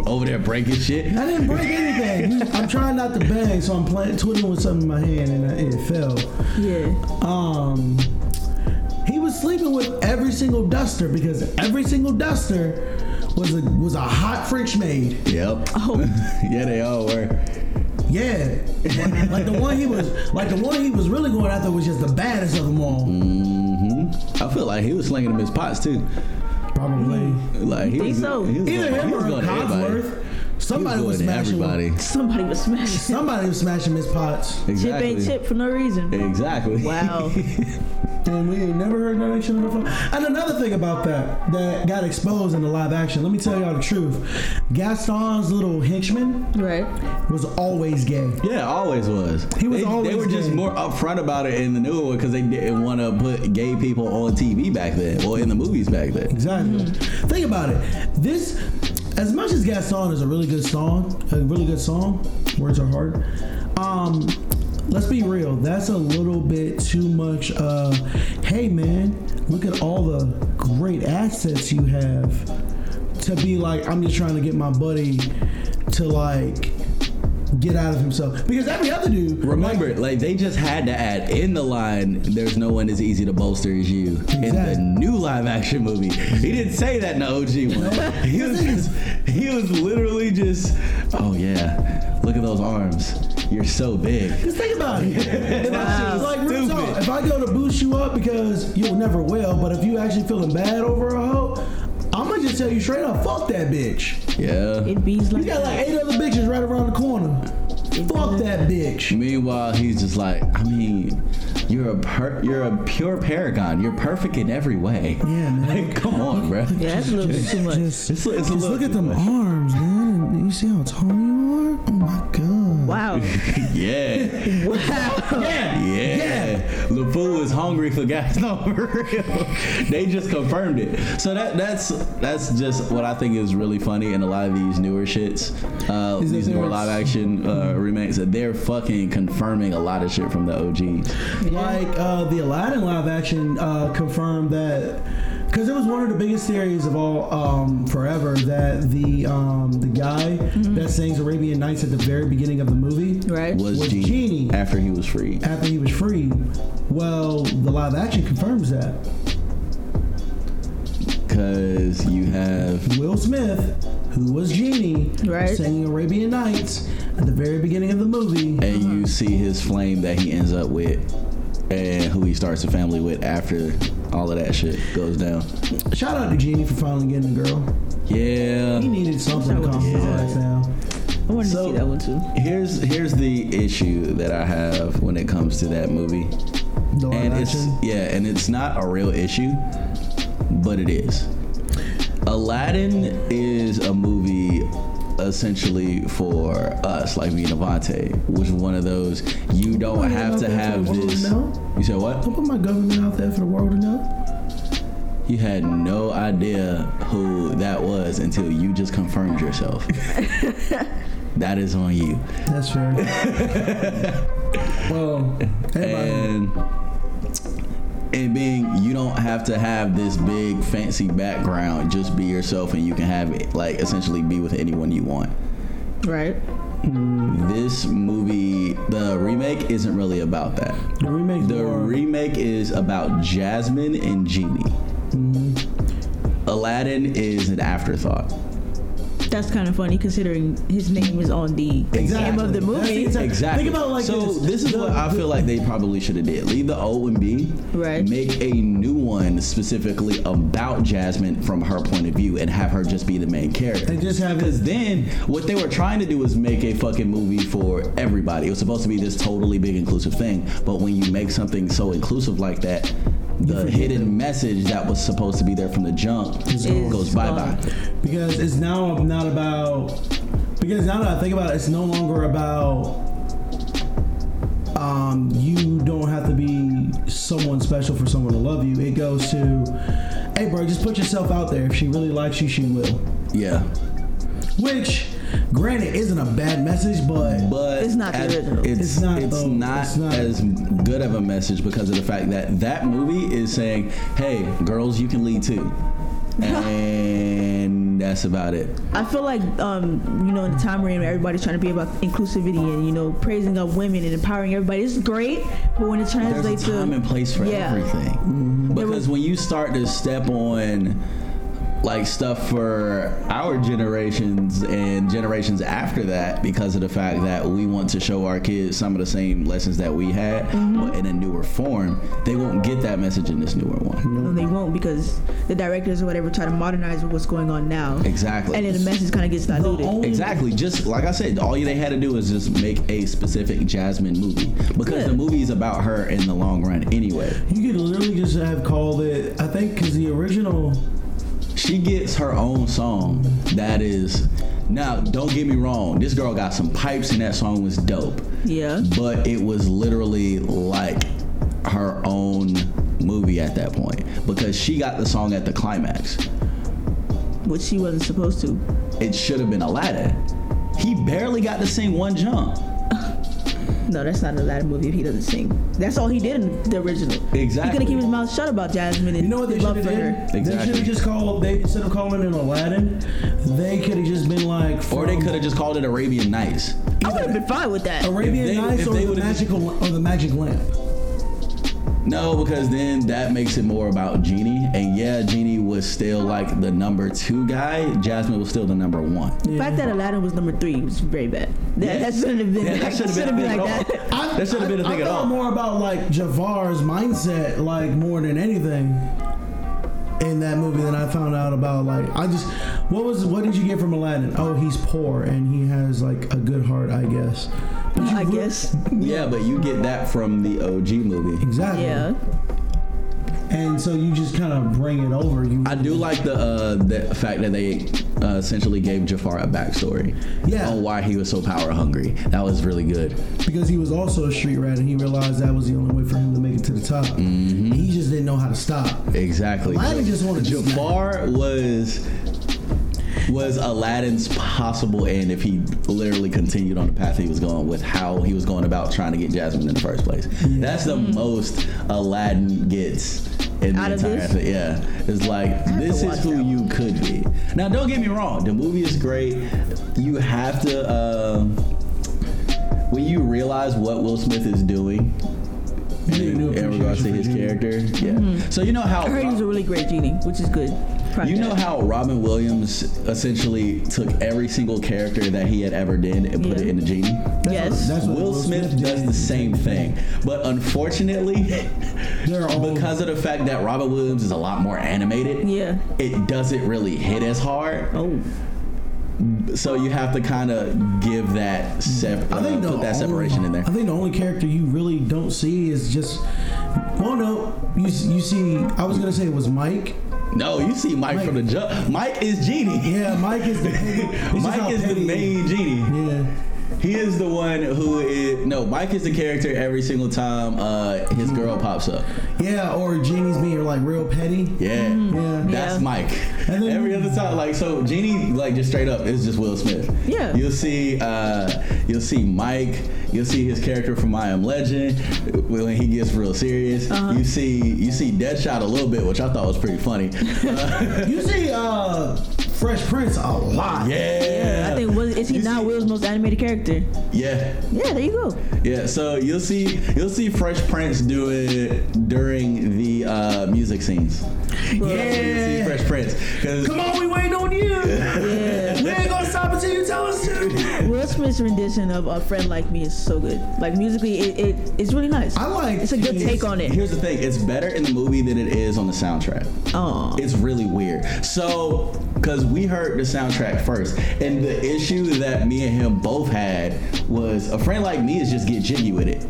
[SPEAKER 1] Over there breaking shit.
[SPEAKER 2] I didn't break anything. I'm trying not to bang, so I'm playing, twiddling with something in my hand, and I, it fell.
[SPEAKER 3] Yeah.
[SPEAKER 2] Um, he was sleeping with every single duster because every single duster was a was a hot French maid.
[SPEAKER 1] Yep.
[SPEAKER 2] Oh.
[SPEAKER 1] yeah, they all were.
[SPEAKER 2] Yeah, like the one he was like the one he was really going after was just the baddest of them all.
[SPEAKER 1] hmm I feel like he was slinging them his pots too.
[SPEAKER 2] Probably
[SPEAKER 1] Like he
[SPEAKER 3] Think
[SPEAKER 1] was,
[SPEAKER 3] so?
[SPEAKER 1] he was
[SPEAKER 2] either
[SPEAKER 1] going,
[SPEAKER 2] him
[SPEAKER 1] he was
[SPEAKER 2] or
[SPEAKER 1] going to everybody.
[SPEAKER 2] Cosworth. Somebody
[SPEAKER 1] he
[SPEAKER 2] was,
[SPEAKER 1] was, going to
[SPEAKER 2] smashing.
[SPEAKER 1] everybody.
[SPEAKER 3] Somebody was smashing.
[SPEAKER 2] Somebody was smashing Miss Potts,
[SPEAKER 3] Chip ain't
[SPEAKER 1] Exactly.
[SPEAKER 3] chip for no reason.
[SPEAKER 1] Exactly.
[SPEAKER 3] Wow.
[SPEAKER 2] and we ain't never heard that shit before. And another thing about that that got exposed in the live action. Let me tell y'all the truth. Gaston's little henchman.
[SPEAKER 3] right.
[SPEAKER 2] was always gay.
[SPEAKER 1] yeah, always was.
[SPEAKER 2] He was
[SPEAKER 1] they,
[SPEAKER 2] always
[SPEAKER 1] They were just
[SPEAKER 2] gay.
[SPEAKER 1] more upfront about it in the new one because they didn't want to put gay people on TV back then, or in the movies back then.
[SPEAKER 2] Exactly. Think about it. This, as much as Gaston is a really good song, a really good song, words are hard. Um, let's be real. That's a little bit too much. Uh, hey man, look at all the great assets you have. To be like, I'm just trying to get my buddy to like get out of himself because every other dude.
[SPEAKER 1] Remember, like they just had to add in the line, "There's no one as easy to bolster as you." In
[SPEAKER 2] Exactly.
[SPEAKER 1] the new live action movie, he didn't say that in the OG one. He was just, he was literally just, "Oh yeah, look at those arms. You're so big."
[SPEAKER 2] Just think about it. If, I,
[SPEAKER 1] Wow.
[SPEAKER 2] like, real talk,
[SPEAKER 1] Stupid.
[SPEAKER 2] if I go to boost you up because you'll never will, but if you actually feeling bad over a hoe, I'm gonna just tell you straight up, fuck that bitch.
[SPEAKER 1] Yeah.
[SPEAKER 3] It bees
[SPEAKER 2] You
[SPEAKER 3] like
[SPEAKER 2] got like eight other bitches right around the corner. Fuck that bitch.
[SPEAKER 1] Meanwhile, he's just like, I mean, you're a per- you're a pure paragon. You're perfect in every way.
[SPEAKER 2] Yeah, man.
[SPEAKER 1] Like, come on, bro.
[SPEAKER 3] Yeah, that's a little bit too much.
[SPEAKER 2] Just,
[SPEAKER 1] It's, it's a
[SPEAKER 2] just
[SPEAKER 1] little
[SPEAKER 2] look at
[SPEAKER 1] too
[SPEAKER 2] them
[SPEAKER 1] much.
[SPEAKER 2] arms, man. You see how tall you are? Oh my god.
[SPEAKER 3] Wow.
[SPEAKER 1] Yeah,
[SPEAKER 3] Wow.
[SPEAKER 1] yeah, yeah. LeFou is hungry for gas. No, for real. They just confirmed it. So that that's that's just what I think is really funny in a lot of these newer shits, uh,
[SPEAKER 2] Is that
[SPEAKER 1] these newer
[SPEAKER 2] there's-
[SPEAKER 1] live action uh, remakes. That they're fucking confirming a lot of shit from the OG.
[SPEAKER 2] Like uh, the Aladdin live action uh, confirmed that because it was one of the biggest theories of all um, forever that the um, the guy that sings Arabian Nights at the very beginning of the movie
[SPEAKER 3] Mm-hmm. Right.
[SPEAKER 1] Was,
[SPEAKER 2] Was
[SPEAKER 1] Genie,
[SPEAKER 2] Genie.
[SPEAKER 1] after he was free.
[SPEAKER 2] after he was free. Well, the live action confirms that
[SPEAKER 1] Because you have
[SPEAKER 2] Will Smith, who was Genie,
[SPEAKER 3] Right.
[SPEAKER 2] singing Arabian Nights at the very beginning of the movie.
[SPEAKER 1] and you see his flame that he ends up with and who he starts a family with after all of that shit goes down.
[SPEAKER 2] Shout out to Genie for finally getting a girl.
[SPEAKER 1] Yeah.
[SPEAKER 2] He needed something to calm his
[SPEAKER 1] Yeah.
[SPEAKER 2] ass down.
[SPEAKER 3] I wanted
[SPEAKER 1] So-
[SPEAKER 3] to see that one too.
[SPEAKER 1] Here's here's the issue that I have when it comes to that movie.
[SPEAKER 2] The live
[SPEAKER 1] And it's
[SPEAKER 2] action.
[SPEAKER 1] yeah, and it's not a real issue, but it is. Aladdin is a movie essentially for us, like me and Avante, which is one of those you don't
[SPEAKER 2] Put my
[SPEAKER 1] have to
[SPEAKER 2] government out there
[SPEAKER 1] have
[SPEAKER 2] for the world
[SPEAKER 1] this.
[SPEAKER 2] to know.
[SPEAKER 1] You said what?
[SPEAKER 2] Don't put my government out there for the world to know.
[SPEAKER 1] You had no idea who that was until you just confirmed yourself. that is on you.
[SPEAKER 2] That's fair. well, everybody,
[SPEAKER 1] And it being you don't have to have this big fancy background. Just be yourself, and you can have it like essentially be with anyone you want.
[SPEAKER 3] Right.
[SPEAKER 1] This movie, the remake, isn't really about that.
[SPEAKER 2] The remake.
[SPEAKER 1] The remake is about Jasmine and Genie. Aladdin is an afterthought.
[SPEAKER 3] That's kind of funny considering his name is on the name of the movie.
[SPEAKER 2] That's-
[SPEAKER 1] Exactly.
[SPEAKER 2] Think about it like
[SPEAKER 1] so
[SPEAKER 2] this.
[SPEAKER 1] is
[SPEAKER 2] The-
[SPEAKER 1] what I feel like they probably should have did. Leave the old one be.
[SPEAKER 3] Right.
[SPEAKER 1] Make a new one specifically about Jasmine from her point of view, and have her just be the main character.
[SPEAKER 2] And just have it-
[SPEAKER 1] because then what they were trying to do was make a fucking movie for everybody. It was supposed to be this totally big inclusive thing, but when you make something so inclusive like that. The hidden message that was supposed to be there from the jump
[SPEAKER 3] gone.
[SPEAKER 1] goes bye bye.
[SPEAKER 2] because it's now not about because now that I think about it, it's no longer about um, you don't have to be someone special for someone to love you. It goes to, hey, bro, just put yourself out there. If she really likes you, she will.
[SPEAKER 1] Yeah.
[SPEAKER 2] Which, granted, isn't a bad message, but
[SPEAKER 1] but
[SPEAKER 3] It's not the
[SPEAKER 1] as-
[SPEAKER 3] original.
[SPEAKER 1] It's,
[SPEAKER 2] It's not,
[SPEAKER 1] It's
[SPEAKER 2] though.
[SPEAKER 1] not,
[SPEAKER 2] It's not.
[SPEAKER 1] as good of a message because of the fact that that movie is saying, "Hey, girls, you can lead too," and that's about it.
[SPEAKER 3] I feel like um, you know, in the time we're in, everybody's trying to be about inclusivity and you know, praising up women and empowering everybody. It's great, but when it
[SPEAKER 1] There's a
[SPEAKER 3] translates
[SPEAKER 1] time and
[SPEAKER 3] to
[SPEAKER 1] place for
[SPEAKER 3] Yeah.
[SPEAKER 1] everything.
[SPEAKER 2] Mm-hmm.
[SPEAKER 1] Because
[SPEAKER 3] was-
[SPEAKER 1] when you start to step on like stuff for our generations and generations after that because of the fact that we want to show our kids some of the same lessons that we had
[SPEAKER 3] Mm-hmm.
[SPEAKER 1] but in a newer form they won't get that message in this newer one
[SPEAKER 3] no, they won't because the directors or whatever try to modernize what's going on now,
[SPEAKER 1] Exactly.
[SPEAKER 3] and then the message kind of gets diluted.
[SPEAKER 2] only-
[SPEAKER 1] Exactly. Just like I said, all they had to do is just make a specific Jasmine movie because
[SPEAKER 3] Yeah.
[SPEAKER 1] the movie is about her in the long run anyway.
[SPEAKER 2] you could literally just have called it. I think because the original.
[SPEAKER 1] She gets her own song that is. Now, don't get me wrong. This girl got some pipes, and that song was dope.
[SPEAKER 3] yeah,
[SPEAKER 1] But it was literally like her own movie at that point because she got the song at the climax.
[SPEAKER 3] which she wasn't supposed to.
[SPEAKER 1] It should have been Aladdin. He barely got to sing one jump.
[SPEAKER 3] No, that's not a Aladdin movie if he doesn't sing. That's all he did in the original. He
[SPEAKER 1] Exactly.
[SPEAKER 3] could have keep his mouth shut about Jasmine and
[SPEAKER 2] You know what they
[SPEAKER 3] his
[SPEAKER 2] should
[SPEAKER 3] love
[SPEAKER 2] have
[SPEAKER 3] for
[SPEAKER 2] did?
[SPEAKER 3] her.
[SPEAKER 1] Exactly.
[SPEAKER 2] They should have just called. They instead of calling it Aladdin, they could have just been like.
[SPEAKER 1] Or they
[SPEAKER 2] from
[SPEAKER 1] could have just called it Arabian Nights.
[SPEAKER 3] I would have been fine with that.
[SPEAKER 2] Arabian
[SPEAKER 1] if they-
[SPEAKER 2] Nights
[SPEAKER 1] if
[SPEAKER 2] or
[SPEAKER 1] they
[SPEAKER 2] the
[SPEAKER 1] would've just-
[SPEAKER 2] magical or the magic lamp.
[SPEAKER 1] No, because then that makes it more about Genie. And yeah, Genie was still like the number two guy. Jasmine was still the number one.
[SPEAKER 3] The fact that Aladdin was number three was very bad. That, that shouldn't have been.
[SPEAKER 1] Yeah,
[SPEAKER 3] that shouldn't have
[SPEAKER 1] a
[SPEAKER 3] been
[SPEAKER 1] thing
[SPEAKER 3] like
[SPEAKER 1] at
[SPEAKER 3] that.
[SPEAKER 1] all. That shouldn't have been a
[SPEAKER 2] I-
[SPEAKER 1] thing
[SPEAKER 2] I
[SPEAKER 1] at
[SPEAKER 2] thought
[SPEAKER 1] all.
[SPEAKER 2] more about like Javar's mindset, like more than anything, in that movie than I found out about. Like, I just, what was, what did you get from Aladdin? Oh, he's poor and he has like a good heart, I guess. But you
[SPEAKER 3] I
[SPEAKER 2] re-
[SPEAKER 3] guess.
[SPEAKER 1] yeah, but you get that from the OG movie.
[SPEAKER 2] exactly.
[SPEAKER 3] Yeah.
[SPEAKER 2] And so you just kind of bring it over. You,
[SPEAKER 1] I do like the uh, the fact that they uh, essentially gave Jafar a backstory
[SPEAKER 2] Yeah.
[SPEAKER 1] on why he was so power hungry. That was really good.
[SPEAKER 2] because he was also a street rat and he realized that was the only way for him to make it to the top.
[SPEAKER 1] Mm-hmm.
[SPEAKER 2] He just didn't know how to stop.
[SPEAKER 1] Exactly.
[SPEAKER 2] Aladdin just wanted to
[SPEAKER 1] Jafar was was Aladdin's possible end if he literally continued on the path he was going with how he was going about trying to get Jasmine in the first place. That's the most Aladdin gets in the
[SPEAKER 3] Mm-hmm. Out of
[SPEAKER 1] entire
[SPEAKER 3] this?
[SPEAKER 1] thing. Yeah. It's like this
[SPEAKER 3] watch
[SPEAKER 1] is who
[SPEAKER 3] that
[SPEAKER 1] you could be. Now don't get me wrong, the movie is great. You have to um when you realize what Will Smith is doing
[SPEAKER 2] You
[SPEAKER 1] in,
[SPEAKER 2] knew
[SPEAKER 1] in regards to
[SPEAKER 2] appreciation for
[SPEAKER 1] his
[SPEAKER 2] Jimmy.
[SPEAKER 1] character, yeah.
[SPEAKER 3] Mm-hmm.
[SPEAKER 1] So you know how
[SPEAKER 3] I heard he was a really great genie, which is good. Proud
[SPEAKER 1] you
[SPEAKER 3] of
[SPEAKER 1] know
[SPEAKER 3] that.
[SPEAKER 1] how Robin Williams essentially took every single character that he had ever did and put it
[SPEAKER 3] Yeah.
[SPEAKER 1] in the genie?
[SPEAKER 3] Yes.
[SPEAKER 2] That's what
[SPEAKER 1] Will Smith, does
[SPEAKER 2] did.
[SPEAKER 1] the same thing. But unfortunately,
[SPEAKER 2] They're all
[SPEAKER 1] because of the fact that Robin Williams is a lot more animated,
[SPEAKER 3] Yeah.
[SPEAKER 1] it doesn't really hit as hard.
[SPEAKER 3] Oh.
[SPEAKER 1] So you have to kind of give that sep-
[SPEAKER 2] I think
[SPEAKER 1] uh,
[SPEAKER 2] the
[SPEAKER 1] put that separation
[SPEAKER 2] only-
[SPEAKER 1] in there.
[SPEAKER 2] I think the only character you really don't see is just. Well, no, you you see. I was gonna say it was Mike.
[SPEAKER 1] No, you see Mike, from the jump. Mike is genie.
[SPEAKER 2] Yeah, Mike is the. it's just how
[SPEAKER 1] Mike is the
[SPEAKER 2] petty-
[SPEAKER 1] main genie.
[SPEAKER 2] Yeah.
[SPEAKER 1] He is the one who is no. Mike is the character every single time uh, his girl pops up.
[SPEAKER 2] Yeah, or Jeannie's being like real petty.
[SPEAKER 1] Yeah.
[SPEAKER 2] Yeah.
[SPEAKER 1] That's
[SPEAKER 3] Yeah.
[SPEAKER 1] Mike.
[SPEAKER 2] And then-
[SPEAKER 1] Every other time, like so, Genie, like just straight up, is just Will Smith.
[SPEAKER 3] Yeah.
[SPEAKER 1] You'll see, uh, you'll see Mike. You'll see his character from I Am Legend when he gets real serious. You see, you see Deadshot a little bit, which I thought was pretty funny.
[SPEAKER 2] You see uh, Fresh Prince a lot.
[SPEAKER 1] yeah.
[SPEAKER 3] I think was is he
[SPEAKER 1] You
[SPEAKER 3] not
[SPEAKER 1] see-
[SPEAKER 3] Will's most animated character?
[SPEAKER 1] Yeah.
[SPEAKER 3] Yeah, there you go.
[SPEAKER 1] Yeah, so you'll see you'll see Fresh Prince do it during the uh, music scenes. You'll see
[SPEAKER 2] Yeah.
[SPEAKER 1] Fresh Prince 'cause-
[SPEAKER 2] Come on, we waiting on you.
[SPEAKER 3] Yeah.
[SPEAKER 2] we ain't gonna stop until you tell us to.
[SPEAKER 3] Will Smith's rendition of A Friend Like Me is so good. Like musically, it, it it's really nice.
[SPEAKER 2] I like
[SPEAKER 3] It's a good
[SPEAKER 2] his-
[SPEAKER 3] take on it.
[SPEAKER 1] Here's the thing: it's better in the movie than it is on the soundtrack.
[SPEAKER 3] Oh,
[SPEAKER 1] It's really weird. So, because we heard the soundtrack first, and the issue that me and him both had was a friend like me is just get jiggy with it.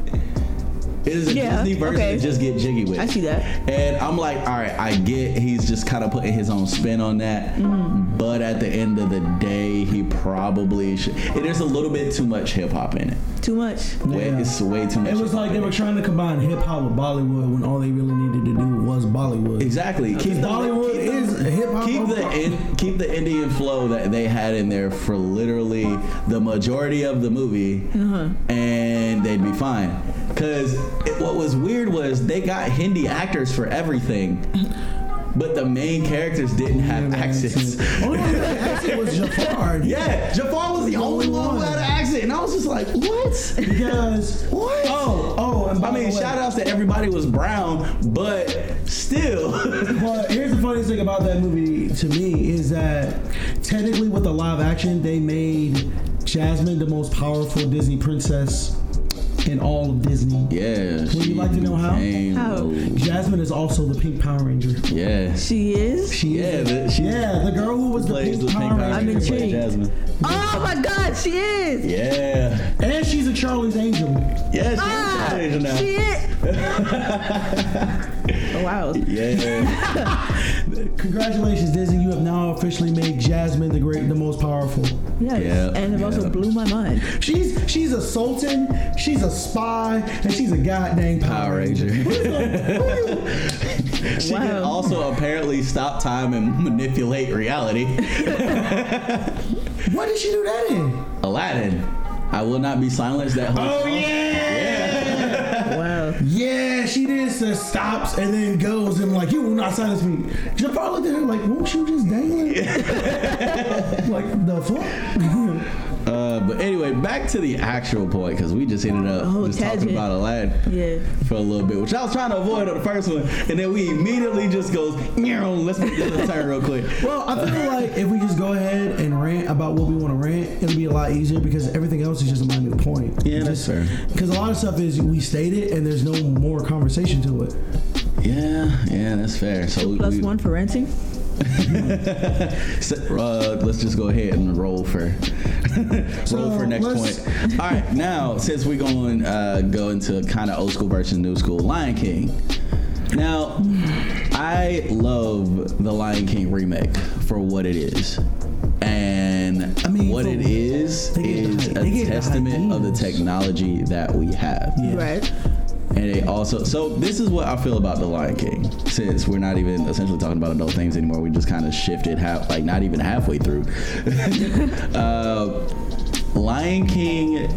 [SPEAKER 1] It is a
[SPEAKER 3] Yeah,
[SPEAKER 1] Disney version
[SPEAKER 3] okay.
[SPEAKER 1] of just get jiggy with.
[SPEAKER 3] I see that.
[SPEAKER 1] And I'm like, all right, I get he's just kind of putting his own spin on that,
[SPEAKER 3] Mm.
[SPEAKER 1] but at the end of the day, he probably should. It is a little bit too much hip hop in it.
[SPEAKER 3] too much.
[SPEAKER 1] Way,
[SPEAKER 2] Yeah.
[SPEAKER 1] It's way too much.
[SPEAKER 2] It was
[SPEAKER 1] hip-hop
[SPEAKER 2] like they
[SPEAKER 1] in
[SPEAKER 2] were
[SPEAKER 1] it.
[SPEAKER 2] trying to combine hip hop with Bollywood when all they really needed to do was Bollywood.
[SPEAKER 1] Exactly. Keep the-
[SPEAKER 2] Bollywood
[SPEAKER 1] keep the-
[SPEAKER 2] is hip hop.
[SPEAKER 1] keep the in, keep the Indian flow that they had in there for literally the majority of the movie, and they'd be fine. Because what was weird was they got Hindi actors for everything, but the main characters didn't have accents.
[SPEAKER 2] Only one that accent was Jafar.
[SPEAKER 1] Yeah, Jafar was the only one who had an accent, and I was just like, what?
[SPEAKER 2] Because
[SPEAKER 1] What?
[SPEAKER 2] Oh, oh, and by
[SPEAKER 1] I mean,
[SPEAKER 2] the way,
[SPEAKER 1] shout outs to everybody was brown, but still.
[SPEAKER 2] Well, here's the funniest thing about that movie to me is that technically with the live action, they made Jasmine the most powerful Disney princess in all of Disney.
[SPEAKER 1] Yeah.
[SPEAKER 2] Would you
[SPEAKER 1] she
[SPEAKER 2] like to know how?
[SPEAKER 1] became
[SPEAKER 3] How?
[SPEAKER 1] a-
[SPEAKER 2] Jasmine is also the Pink Power Ranger.
[SPEAKER 1] Yeah.
[SPEAKER 3] She is.
[SPEAKER 2] She
[SPEAKER 1] Yeah,
[SPEAKER 2] is.
[SPEAKER 1] the, she
[SPEAKER 2] yeah, the girl who was the
[SPEAKER 1] plays
[SPEAKER 2] Pink,
[SPEAKER 1] the pink
[SPEAKER 2] Power
[SPEAKER 1] Power
[SPEAKER 2] Ranger.
[SPEAKER 3] I'm
[SPEAKER 1] Ranger. plays
[SPEAKER 3] intrigued.
[SPEAKER 1] Jasmine.
[SPEAKER 3] Oh my God, she is.
[SPEAKER 1] Yeah.
[SPEAKER 2] And she's a Charlie's Angel.
[SPEAKER 1] Yeah, she's
[SPEAKER 3] Ah,
[SPEAKER 1] ah, now.
[SPEAKER 3] she is. oh, wow.
[SPEAKER 1] yeah.
[SPEAKER 2] Congratulations, Disney. You have now officially made Jasmine the great, the most powerful.
[SPEAKER 3] Yes.
[SPEAKER 1] Yeah,
[SPEAKER 3] and it also
[SPEAKER 1] yeah.
[SPEAKER 3] blew my mind.
[SPEAKER 2] She's she's a sultan, she's a spy, and she's a goddamn
[SPEAKER 1] Power Ranger. she can
[SPEAKER 3] Wow.
[SPEAKER 1] also apparently stop time and manipulate reality.
[SPEAKER 2] What did she do that in?
[SPEAKER 1] Aladdin. I will not be silenced that whole
[SPEAKER 2] Oh yeah.
[SPEAKER 3] Wow.
[SPEAKER 2] Yeah, she did says stops and then goes and like you will not silence me. Jafar looked at her like, won't you just dangle it? like the fuck?
[SPEAKER 1] Uh, but anyway, back to the actual point because we just ended up
[SPEAKER 3] Oh,
[SPEAKER 1] just
[SPEAKER 3] tangent.
[SPEAKER 1] talking about Aladdin
[SPEAKER 3] Yeah.
[SPEAKER 1] for a little bit, which I was trying to avoid on the first one, and then we immediately just goes, "Meow, let's make this a turn real quick.
[SPEAKER 2] well, I feel
[SPEAKER 1] Uh,
[SPEAKER 2] like if we just go ahead and rant about what we want to rant, it'll be a lot easier because everything else is just a minor point.
[SPEAKER 1] Yeah, that's fair.
[SPEAKER 2] Because a lot of stuff is we state it and there's no more conversation to it.
[SPEAKER 1] Yeah, yeah, that's fair. So we-
[SPEAKER 3] Plus
[SPEAKER 1] we-
[SPEAKER 3] one for renting.
[SPEAKER 1] So, uh, let's just go ahead and roll for roll
[SPEAKER 2] So,
[SPEAKER 1] for next
[SPEAKER 2] let's-
[SPEAKER 1] point. All right, now since we're going uh, go into kind of old school versus new school, Lion King. Now, I love the Lion King remake for what it is, and
[SPEAKER 2] I mean,
[SPEAKER 1] what
[SPEAKER 2] for-
[SPEAKER 1] it is
[SPEAKER 2] they get
[SPEAKER 1] is
[SPEAKER 2] the- they
[SPEAKER 1] a
[SPEAKER 2] get the
[SPEAKER 1] testament of the
[SPEAKER 2] ideas.
[SPEAKER 1] technology that we have.
[SPEAKER 3] Right.
[SPEAKER 1] And they also, so this is what I feel about The Lion King. Since we're not even essentially talking about adult things anymore, we just kind of shifted half, like not even halfway through. uh, Lion King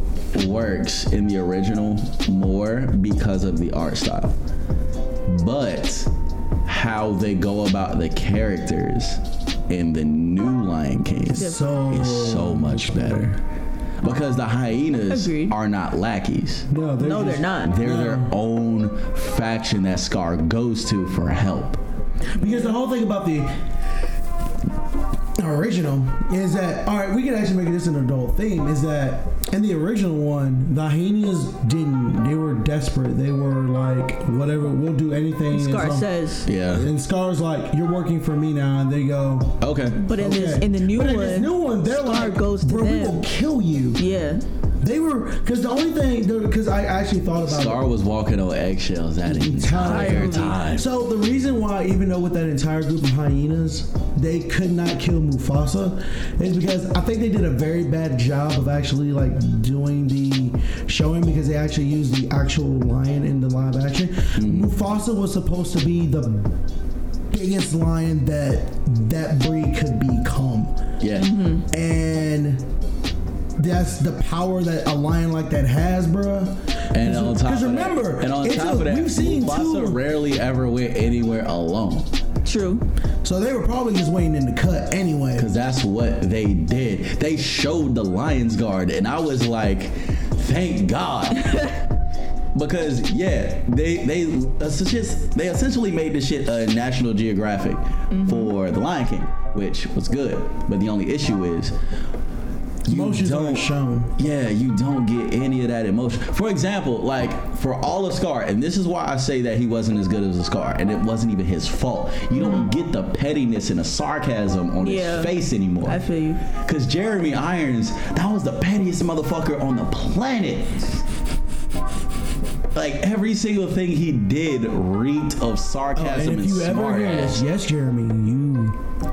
[SPEAKER 1] works in the original more because of the art style, but how they go about the characters in the new Lion King
[SPEAKER 2] So
[SPEAKER 1] is so much better. Because the hyenas
[SPEAKER 3] Agreed.
[SPEAKER 1] are not lackeys.
[SPEAKER 2] No, they're,
[SPEAKER 3] No, they're
[SPEAKER 2] just-
[SPEAKER 3] not.
[SPEAKER 1] They're their own faction that Scar goes to for help.
[SPEAKER 2] Because the whole thing about the original is that all right, we could actually make this an adult theme. Is that in the original one, the hyenas didn't. They were desperate. They were like, whatever, we'll do anything. as
[SPEAKER 3] Scar
[SPEAKER 2] long-
[SPEAKER 3] says.
[SPEAKER 1] Yeah.
[SPEAKER 2] And Scar's like, you're working for me now, and they go.
[SPEAKER 1] Okay.
[SPEAKER 3] But in this,
[SPEAKER 2] "Okay."
[SPEAKER 3] in the new
[SPEAKER 2] But
[SPEAKER 3] one,
[SPEAKER 2] in this new one, they're
[SPEAKER 3] Scar
[SPEAKER 2] like,
[SPEAKER 3] goes to
[SPEAKER 2] bro, we
[SPEAKER 3] them."
[SPEAKER 2] will kill you.
[SPEAKER 3] yeah,
[SPEAKER 2] They were, because the only thing, because I actually thought about it.
[SPEAKER 1] Scar was walking on eggshells that
[SPEAKER 2] Entire
[SPEAKER 1] entire
[SPEAKER 3] movie.
[SPEAKER 1] time.
[SPEAKER 2] So the reason why, even though with that entire group of hyenas, they could not kill Mufasa, is because I think they did a very bad job of actually like doing the showing because they actually used the actual lion in the live action.
[SPEAKER 3] Hmm.
[SPEAKER 2] Mufasa was supposed to be the biggest lion that that breed could become
[SPEAKER 1] Yeah.
[SPEAKER 2] Mm-hmm. and that's the power that a lion like that has, bruh.
[SPEAKER 1] And on top
[SPEAKER 2] because
[SPEAKER 1] of
[SPEAKER 2] remember,
[SPEAKER 1] that, and on
[SPEAKER 2] it's
[SPEAKER 1] top
[SPEAKER 2] a-
[SPEAKER 1] of that,
[SPEAKER 2] we've seen
[SPEAKER 1] Mufasa
[SPEAKER 2] two-
[SPEAKER 1] rarely ever went anywhere alone.
[SPEAKER 3] True.
[SPEAKER 2] So they were probably just waiting in the cut anyway.
[SPEAKER 1] Cause that's what they did. They showed the Lions Guard, and I was like, thank God. because yeah, they they essentia- they essentially made this shit a National Geographic for the Lion King, which was good. But the only issue is you
[SPEAKER 2] Emotions
[SPEAKER 1] don't
[SPEAKER 2] aren't shown.
[SPEAKER 1] yeah, you don't get any of that emotion. For example, like for all of Scar, and this is why I say that he wasn't as good as a Scar, and it wasn't even his fault. You
[SPEAKER 2] Mm-hmm.
[SPEAKER 1] don't get the pettiness and the sarcasm on
[SPEAKER 3] Yeah.
[SPEAKER 1] his face anymore.
[SPEAKER 3] I feel you.
[SPEAKER 1] Cause Jeremy Irons, that was the pettiest motherfucker on the planet. Like every single thing he did reeked of
[SPEAKER 2] Oh,
[SPEAKER 1] sarcasm
[SPEAKER 2] and
[SPEAKER 1] and,
[SPEAKER 2] if you ever
[SPEAKER 1] smart
[SPEAKER 2] hear this,
[SPEAKER 1] ass.
[SPEAKER 2] yes, Jeremy, you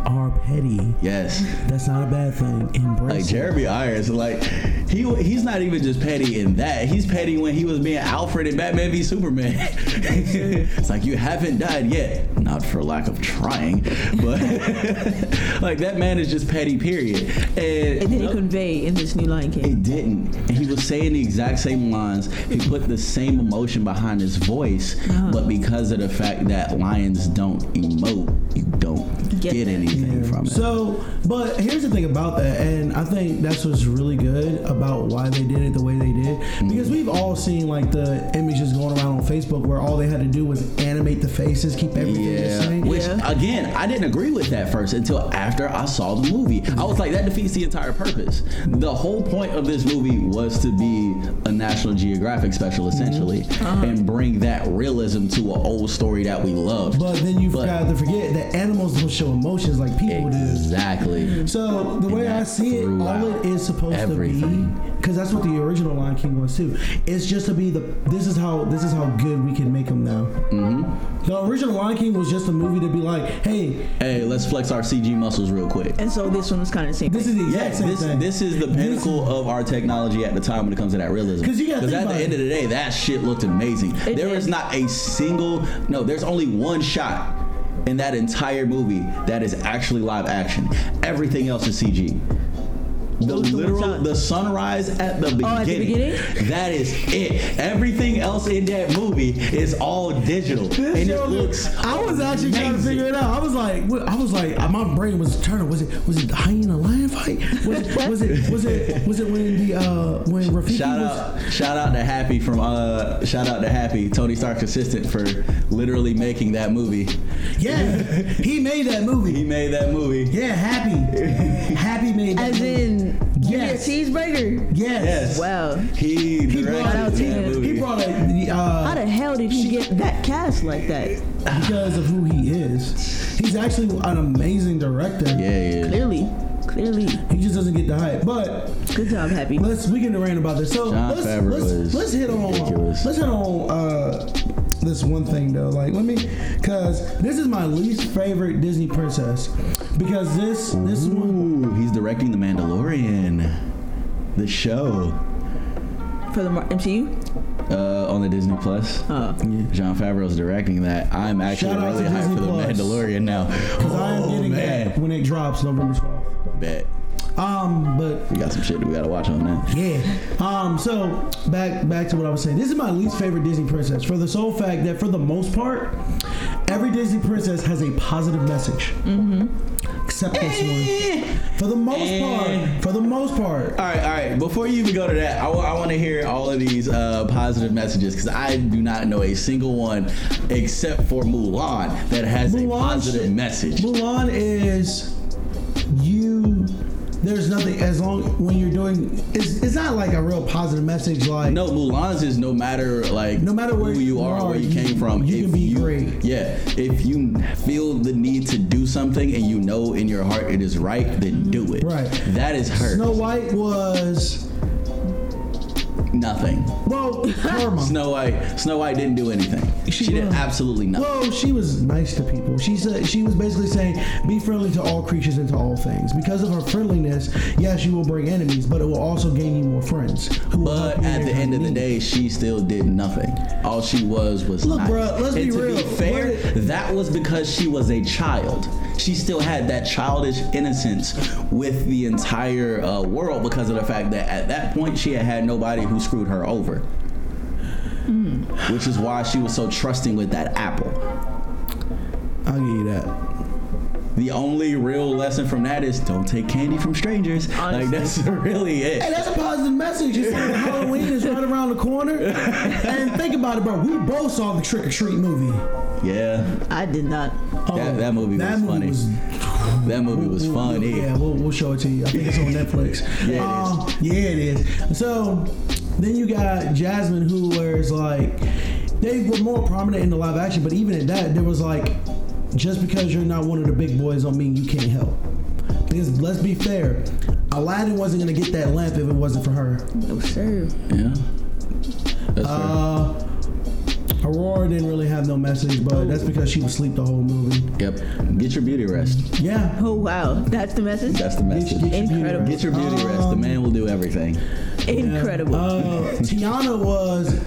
[SPEAKER 2] are petty.
[SPEAKER 1] Yes.
[SPEAKER 2] That's not a bad thing. Embrace
[SPEAKER 1] Like
[SPEAKER 2] it.
[SPEAKER 1] Jeremy Irons, like he he's not even just petty in that. He's petty when he was being Alfred in Batman v Superman. it's like you haven't died yet, not for lack of trying, but like that man is just petty. Period. And
[SPEAKER 3] It didn't convey in this new Lion King.
[SPEAKER 1] it didn't. And he was saying the exact same lines. He put the same emotion behind his voice, but because of the fact that lions don't emote, you don't
[SPEAKER 3] Get
[SPEAKER 1] get,
[SPEAKER 3] that.
[SPEAKER 1] anything from it.
[SPEAKER 2] So, but here's the thing about that, and I think that's what's really good about why they did it the way they did.
[SPEAKER 1] Mm-hmm.
[SPEAKER 2] Because we've all seen like the images going around on Facebook where all they had to do was animate the faces, keep everything the
[SPEAKER 1] Yeah.
[SPEAKER 2] same.
[SPEAKER 1] Which
[SPEAKER 3] Yeah.
[SPEAKER 1] again, I didn't agree with that first until after I saw the movie. I was like, that defeats the entire purpose. The whole point of this movie was to be a National Geographic special, essentially, and bring that realism to an old story that we love.
[SPEAKER 2] But then you
[SPEAKER 1] But-
[SPEAKER 2] forgot to forget that animals don't show emotions like people do.
[SPEAKER 1] exactly.
[SPEAKER 2] So the way I
[SPEAKER 1] that's
[SPEAKER 2] see it, all
[SPEAKER 1] throughout
[SPEAKER 2] it is supposed
[SPEAKER 1] everything.
[SPEAKER 2] to be, because that's what the original Lion King was too. It's just to be the. This is how this is how good we can make them now.
[SPEAKER 1] Mm-hmm.
[SPEAKER 2] The original Lion King was just a movie to be like, hey,
[SPEAKER 1] Hey, let's flex our CG muscles real quick.
[SPEAKER 3] And so this one was kind of the same.
[SPEAKER 2] this is the exact
[SPEAKER 1] Yes,
[SPEAKER 2] same
[SPEAKER 1] this
[SPEAKER 2] thing.
[SPEAKER 1] this is the pinnacle of our technology at the time when it comes to that realism.
[SPEAKER 2] 'Cause you gotta think
[SPEAKER 1] at the
[SPEAKER 2] about
[SPEAKER 1] end
[SPEAKER 2] it.
[SPEAKER 1] of the day, that shit looked amazing. There is
[SPEAKER 3] did.
[SPEAKER 1] not a single no. There's only one shot in that entire movie that is actually live action. Everything else is CG. The
[SPEAKER 3] was the one
[SPEAKER 1] literal
[SPEAKER 3] shot?
[SPEAKER 1] the sunrise at the beginning.
[SPEAKER 3] Oh, at the
[SPEAKER 1] That is it. Everything else in that movie is all digital,
[SPEAKER 2] This
[SPEAKER 1] and
[SPEAKER 2] show
[SPEAKER 1] it looks.
[SPEAKER 2] look- I was actually trying to
[SPEAKER 1] amazing.
[SPEAKER 2] figure it out. I was like, what- I was like, my brain was turning. Was it was it the hyena lion fight? Was it was it was it, was it when the uh when Rafiki
[SPEAKER 1] Shout
[SPEAKER 2] was
[SPEAKER 1] out, shout out to Happy from uh, shout out to Happy Tony Stark's assistant for literally making that movie.
[SPEAKER 2] Yeah, he made that
[SPEAKER 1] He
[SPEAKER 2] movie.
[SPEAKER 1] made that movie.
[SPEAKER 2] Yeah, happy, happy made that
[SPEAKER 3] As
[SPEAKER 2] movie.
[SPEAKER 3] in, give me a
[SPEAKER 2] Yes.
[SPEAKER 3] cheeseburger.
[SPEAKER 2] yes.
[SPEAKER 1] Yes.
[SPEAKER 3] Wow.
[SPEAKER 1] He
[SPEAKER 2] brought out
[SPEAKER 1] directed that
[SPEAKER 3] Tina.
[SPEAKER 1] movie.
[SPEAKER 2] He brought a, the,
[SPEAKER 3] How
[SPEAKER 2] uh,
[SPEAKER 3] the hell did he get that cast like that?
[SPEAKER 2] because of who he is. He's actually an amazing director.
[SPEAKER 1] yeah, yeah.
[SPEAKER 3] Clearly, clearly.
[SPEAKER 2] He just doesn't get the hype. But
[SPEAKER 3] Good job, Happy.
[SPEAKER 2] let's we can rant about this. So
[SPEAKER 1] John
[SPEAKER 2] let's,
[SPEAKER 1] Favreau
[SPEAKER 2] let's,
[SPEAKER 1] is
[SPEAKER 2] let's hit on
[SPEAKER 1] ridiculous.
[SPEAKER 2] let's hit on uh, this one thing though. Like let me because this is my least favorite Disney princess because this this
[SPEAKER 1] Mm-hmm.
[SPEAKER 2] one
[SPEAKER 1] Ooh, he's directing The Mandalorian, the show
[SPEAKER 3] For the Mar- MCU?
[SPEAKER 1] uh, on the Disney Plus.
[SPEAKER 3] Oh.
[SPEAKER 1] John Favreau's directing that. I'm actually
[SPEAKER 2] Shout out
[SPEAKER 1] really
[SPEAKER 2] to
[SPEAKER 1] hyped
[SPEAKER 2] Disney
[SPEAKER 1] for The
[SPEAKER 2] Plus.
[SPEAKER 1] Mandalorian now.
[SPEAKER 2] because I am
[SPEAKER 1] Oh
[SPEAKER 2] getting that
[SPEAKER 1] man,
[SPEAKER 2] when it drops November twelfth.
[SPEAKER 1] bet
[SPEAKER 2] Um, but
[SPEAKER 1] we got some shit that we gotta watch on that.
[SPEAKER 2] yeah. Um, so back back to what I was saying. This is my least favorite Disney princess for the sole fact that for the most part, every Disney princess has a positive message. Mm-hmm. Except this one. For the most
[SPEAKER 1] Eh.
[SPEAKER 2] part. For the most part.
[SPEAKER 1] All right, all right. Before you even go to that, I want to hear all of these uh, positive messages because I do not know a single one except for Mulan that has a
[SPEAKER 2] Mulan
[SPEAKER 1] positive
[SPEAKER 2] shit.
[SPEAKER 1] message.
[SPEAKER 2] Mulan is you. There's nothing as long when you're doing. It's, it's not like a real positive message. Like
[SPEAKER 1] No, Mulan's is no matter like
[SPEAKER 2] No matter where
[SPEAKER 1] who
[SPEAKER 2] you
[SPEAKER 1] you are, or
[SPEAKER 2] are,
[SPEAKER 1] where you,
[SPEAKER 2] you-
[SPEAKER 1] came from.
[SPEAKER 2] you can be
[SPEAKER 1] you,
[SPEAKER 2] great.
[SPEAKER 1] Yeah, if you feel the need to do something and you know in your heart it is right, then do it.
[SPEAKER 2] Right.
[SPEAKER 1] That is her.
[SPEAKER 2] Snow White was
[SPEAKER 1] nothing.
[SPEAKER 2] Well, karma.
[SPEAKER 1] Snow White, Snow White didn't do anything. She,
[SPEAKER 2] She
[SPEAKER 1] did
[SPEAKER 2] was.
[SPEAKER 1] absolutely nothing.
[SPEAKER 2] Well, she was nice to people. She said she was basically saying, "Be friendly to all creatures and to all things." Because of her friendliness, yes, you will bring enemies, but it will also gain you more friends. Who will help
[SPEAKER 1] But
[SPEAKER 2] you in
[SPEAKER 1] at the
[SPEAKER 2] your
[SPEAKER 1] end of the
[SPEAKER 2] need.
[SPEAKER 1] day, she still did nothing. All she was was
[SPEAKER 2] Look,
[SPEAKER 1] nice.
[SPEAKER 2] bruh, let's
[SPEAKER 1] and
[SPEAKER 2] be
[SPEAKER 1] to
[SPEAKER 2] real.
[SPEAKER 1] Be fair,
[SPEAKER 2] What it-
[SPEAKER 1] that was because she was a child. She still had that childish innocence with the entire uh, world because of the fact that at that point she had had nobody who screwed her over. Which is why she was so trusting with that apple.
[SPEAKER 2] I'll give you that.
[SPEAKER 1] The only real lesson from that is don't take candy from strangers. Like
[SPEAKER 3] Honestly.
[SPEAKER 1] that's really it.
[SPEAKER 2] Hey, that's a positive message. It's like Halloween is right around the corner, and think about it, bro. We both saw the Trick or Treat movie.
[SPEAKER 1] Yeah,
[SPEAKER 3] I did not.
[SPEAKER 1] That-
[SPEAKER 2] Oh,
[SPEAKER 1] that movie was funny. that movie was
[SPEAKER 2] We'll- we'll-
[SPEAKER 1] funny.
[SPEAKER 2] Yeah, we'll, we'll show it to you. I think it's on Netflix.
[SPEAKER 1] Yeah, it
[SPEAKER 2] Um, yeah, it is. So then you got Jasmine, who wears like they were more prominent in the live action, but even at that, there was like just because you're not one of the big boys don't mean you can't help. Because let's be fair, Aladdin wasn't gonna get that lamp if it wasn't for her.
[SPEAKER 3] No sir.
[SPEAKER 1] Yeah, that's fair.
[SPEAKER 2] Uh, Aurora didn't really have no message, but that's because she was asleep the whole movie.
[SPEAKER 1] Yep. Get your beauty rest.
[SPEAKER 2] Yeah.
[SPEAKER 3] Oh wow, that's the message.
[SPEAKER 1] That's the message.
[SPEAKER 2] Get your beauty
[SPEAKER 3] Incredible.
[SPEAKER 2] rest.
[SPEAKER 1] Get your beauty rest. The man will do everything.
[SPEAKER 3] Incredible.
[SPEAKER 2] Uh, Tiana was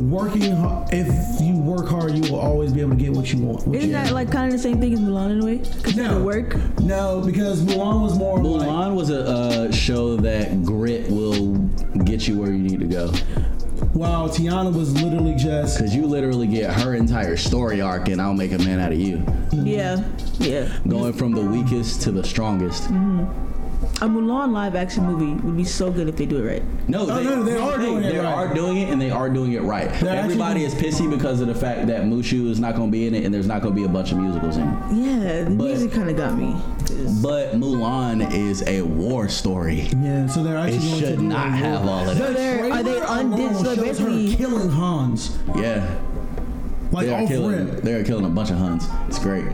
[SPEAKER 2] working. Hard. If you work hard, you will always be able to get what you want. What
[SPEAKER 3] Isn't
[SPEAKER 2] you
[SPEAKER 3] that like kind of the same thing as Milan in a way? Cause
[SPEAKER 2] Oh, No.
[SPEAKER 3] no. work.
[SPEAKER 2] No, because Mulan was more. Like,
[SPEAKER 1] Mulan was a uh, show that grit will get you where you need to go.
[SPEAKER 2] wow, Tiana was literally just.
[SPEAKER 1] Because you literally get her entire story arc, and I'll make a man out of you.
[SPEAKER 3] Yeah, yeah.
[SPEAKER 1] Going from the weakest to the strongest.
[SPEAKER 2] Mm-hmm.
[SPEAKER 3] A Mulan live action movie would be so good if they do it right.
[SPEAKER 1] No, they,
[SPEAKER 2] Oh, no, they are doing it
[SPEAKER 1] They
[SPEAKER 2] right.
[SPEAKER 1] are doing it, and they are doing it right.
[SPEAKER 2] They're
[SPEAKER 1] Everybody is pissy because of the fact that Mushu is not going to be in it, and there's not going to be a bunch of musicals in it.
[SPEAKER 3] Yeah, the
[SPEAKER 1] But-
[SPEAKER 3] music kind of got me. 'Cause-
[SPEAKER 1] But Mulan is a war story.
[SPEAKER 2] Yeah, so they're actually
[SPEAKER 1] It
[SPEAKER 2] going to
[SPEAKER 1] should
[SPEAKER 2] do
[SPEAKER 1] not
[SPEAKER 2] that.
[SPEAKER 1] have all of
[SPEAKER 2] The
[SPEAKER 1] that.
[SPEAKER 3] They're- are they
[SPEAKER 2] trailer
[SPEAKER 3] on
[SPEAKER 2] alone
[SPEAKER 3] Disney?
[SPEAKER 2] shows her
[SPEAKER 3] Basically-
[SPEAKER 2] killing Hans,
[SPEAKER 1] Yeah.
[SPEAKER 2] like
[SPEAKER 1] They are
[SPEAKER 2] off
[SPEAKER 1] killing.
[SPEAKER 2] rip.
[SPEAKER 1] They are killing a bunch of Huns. It's great.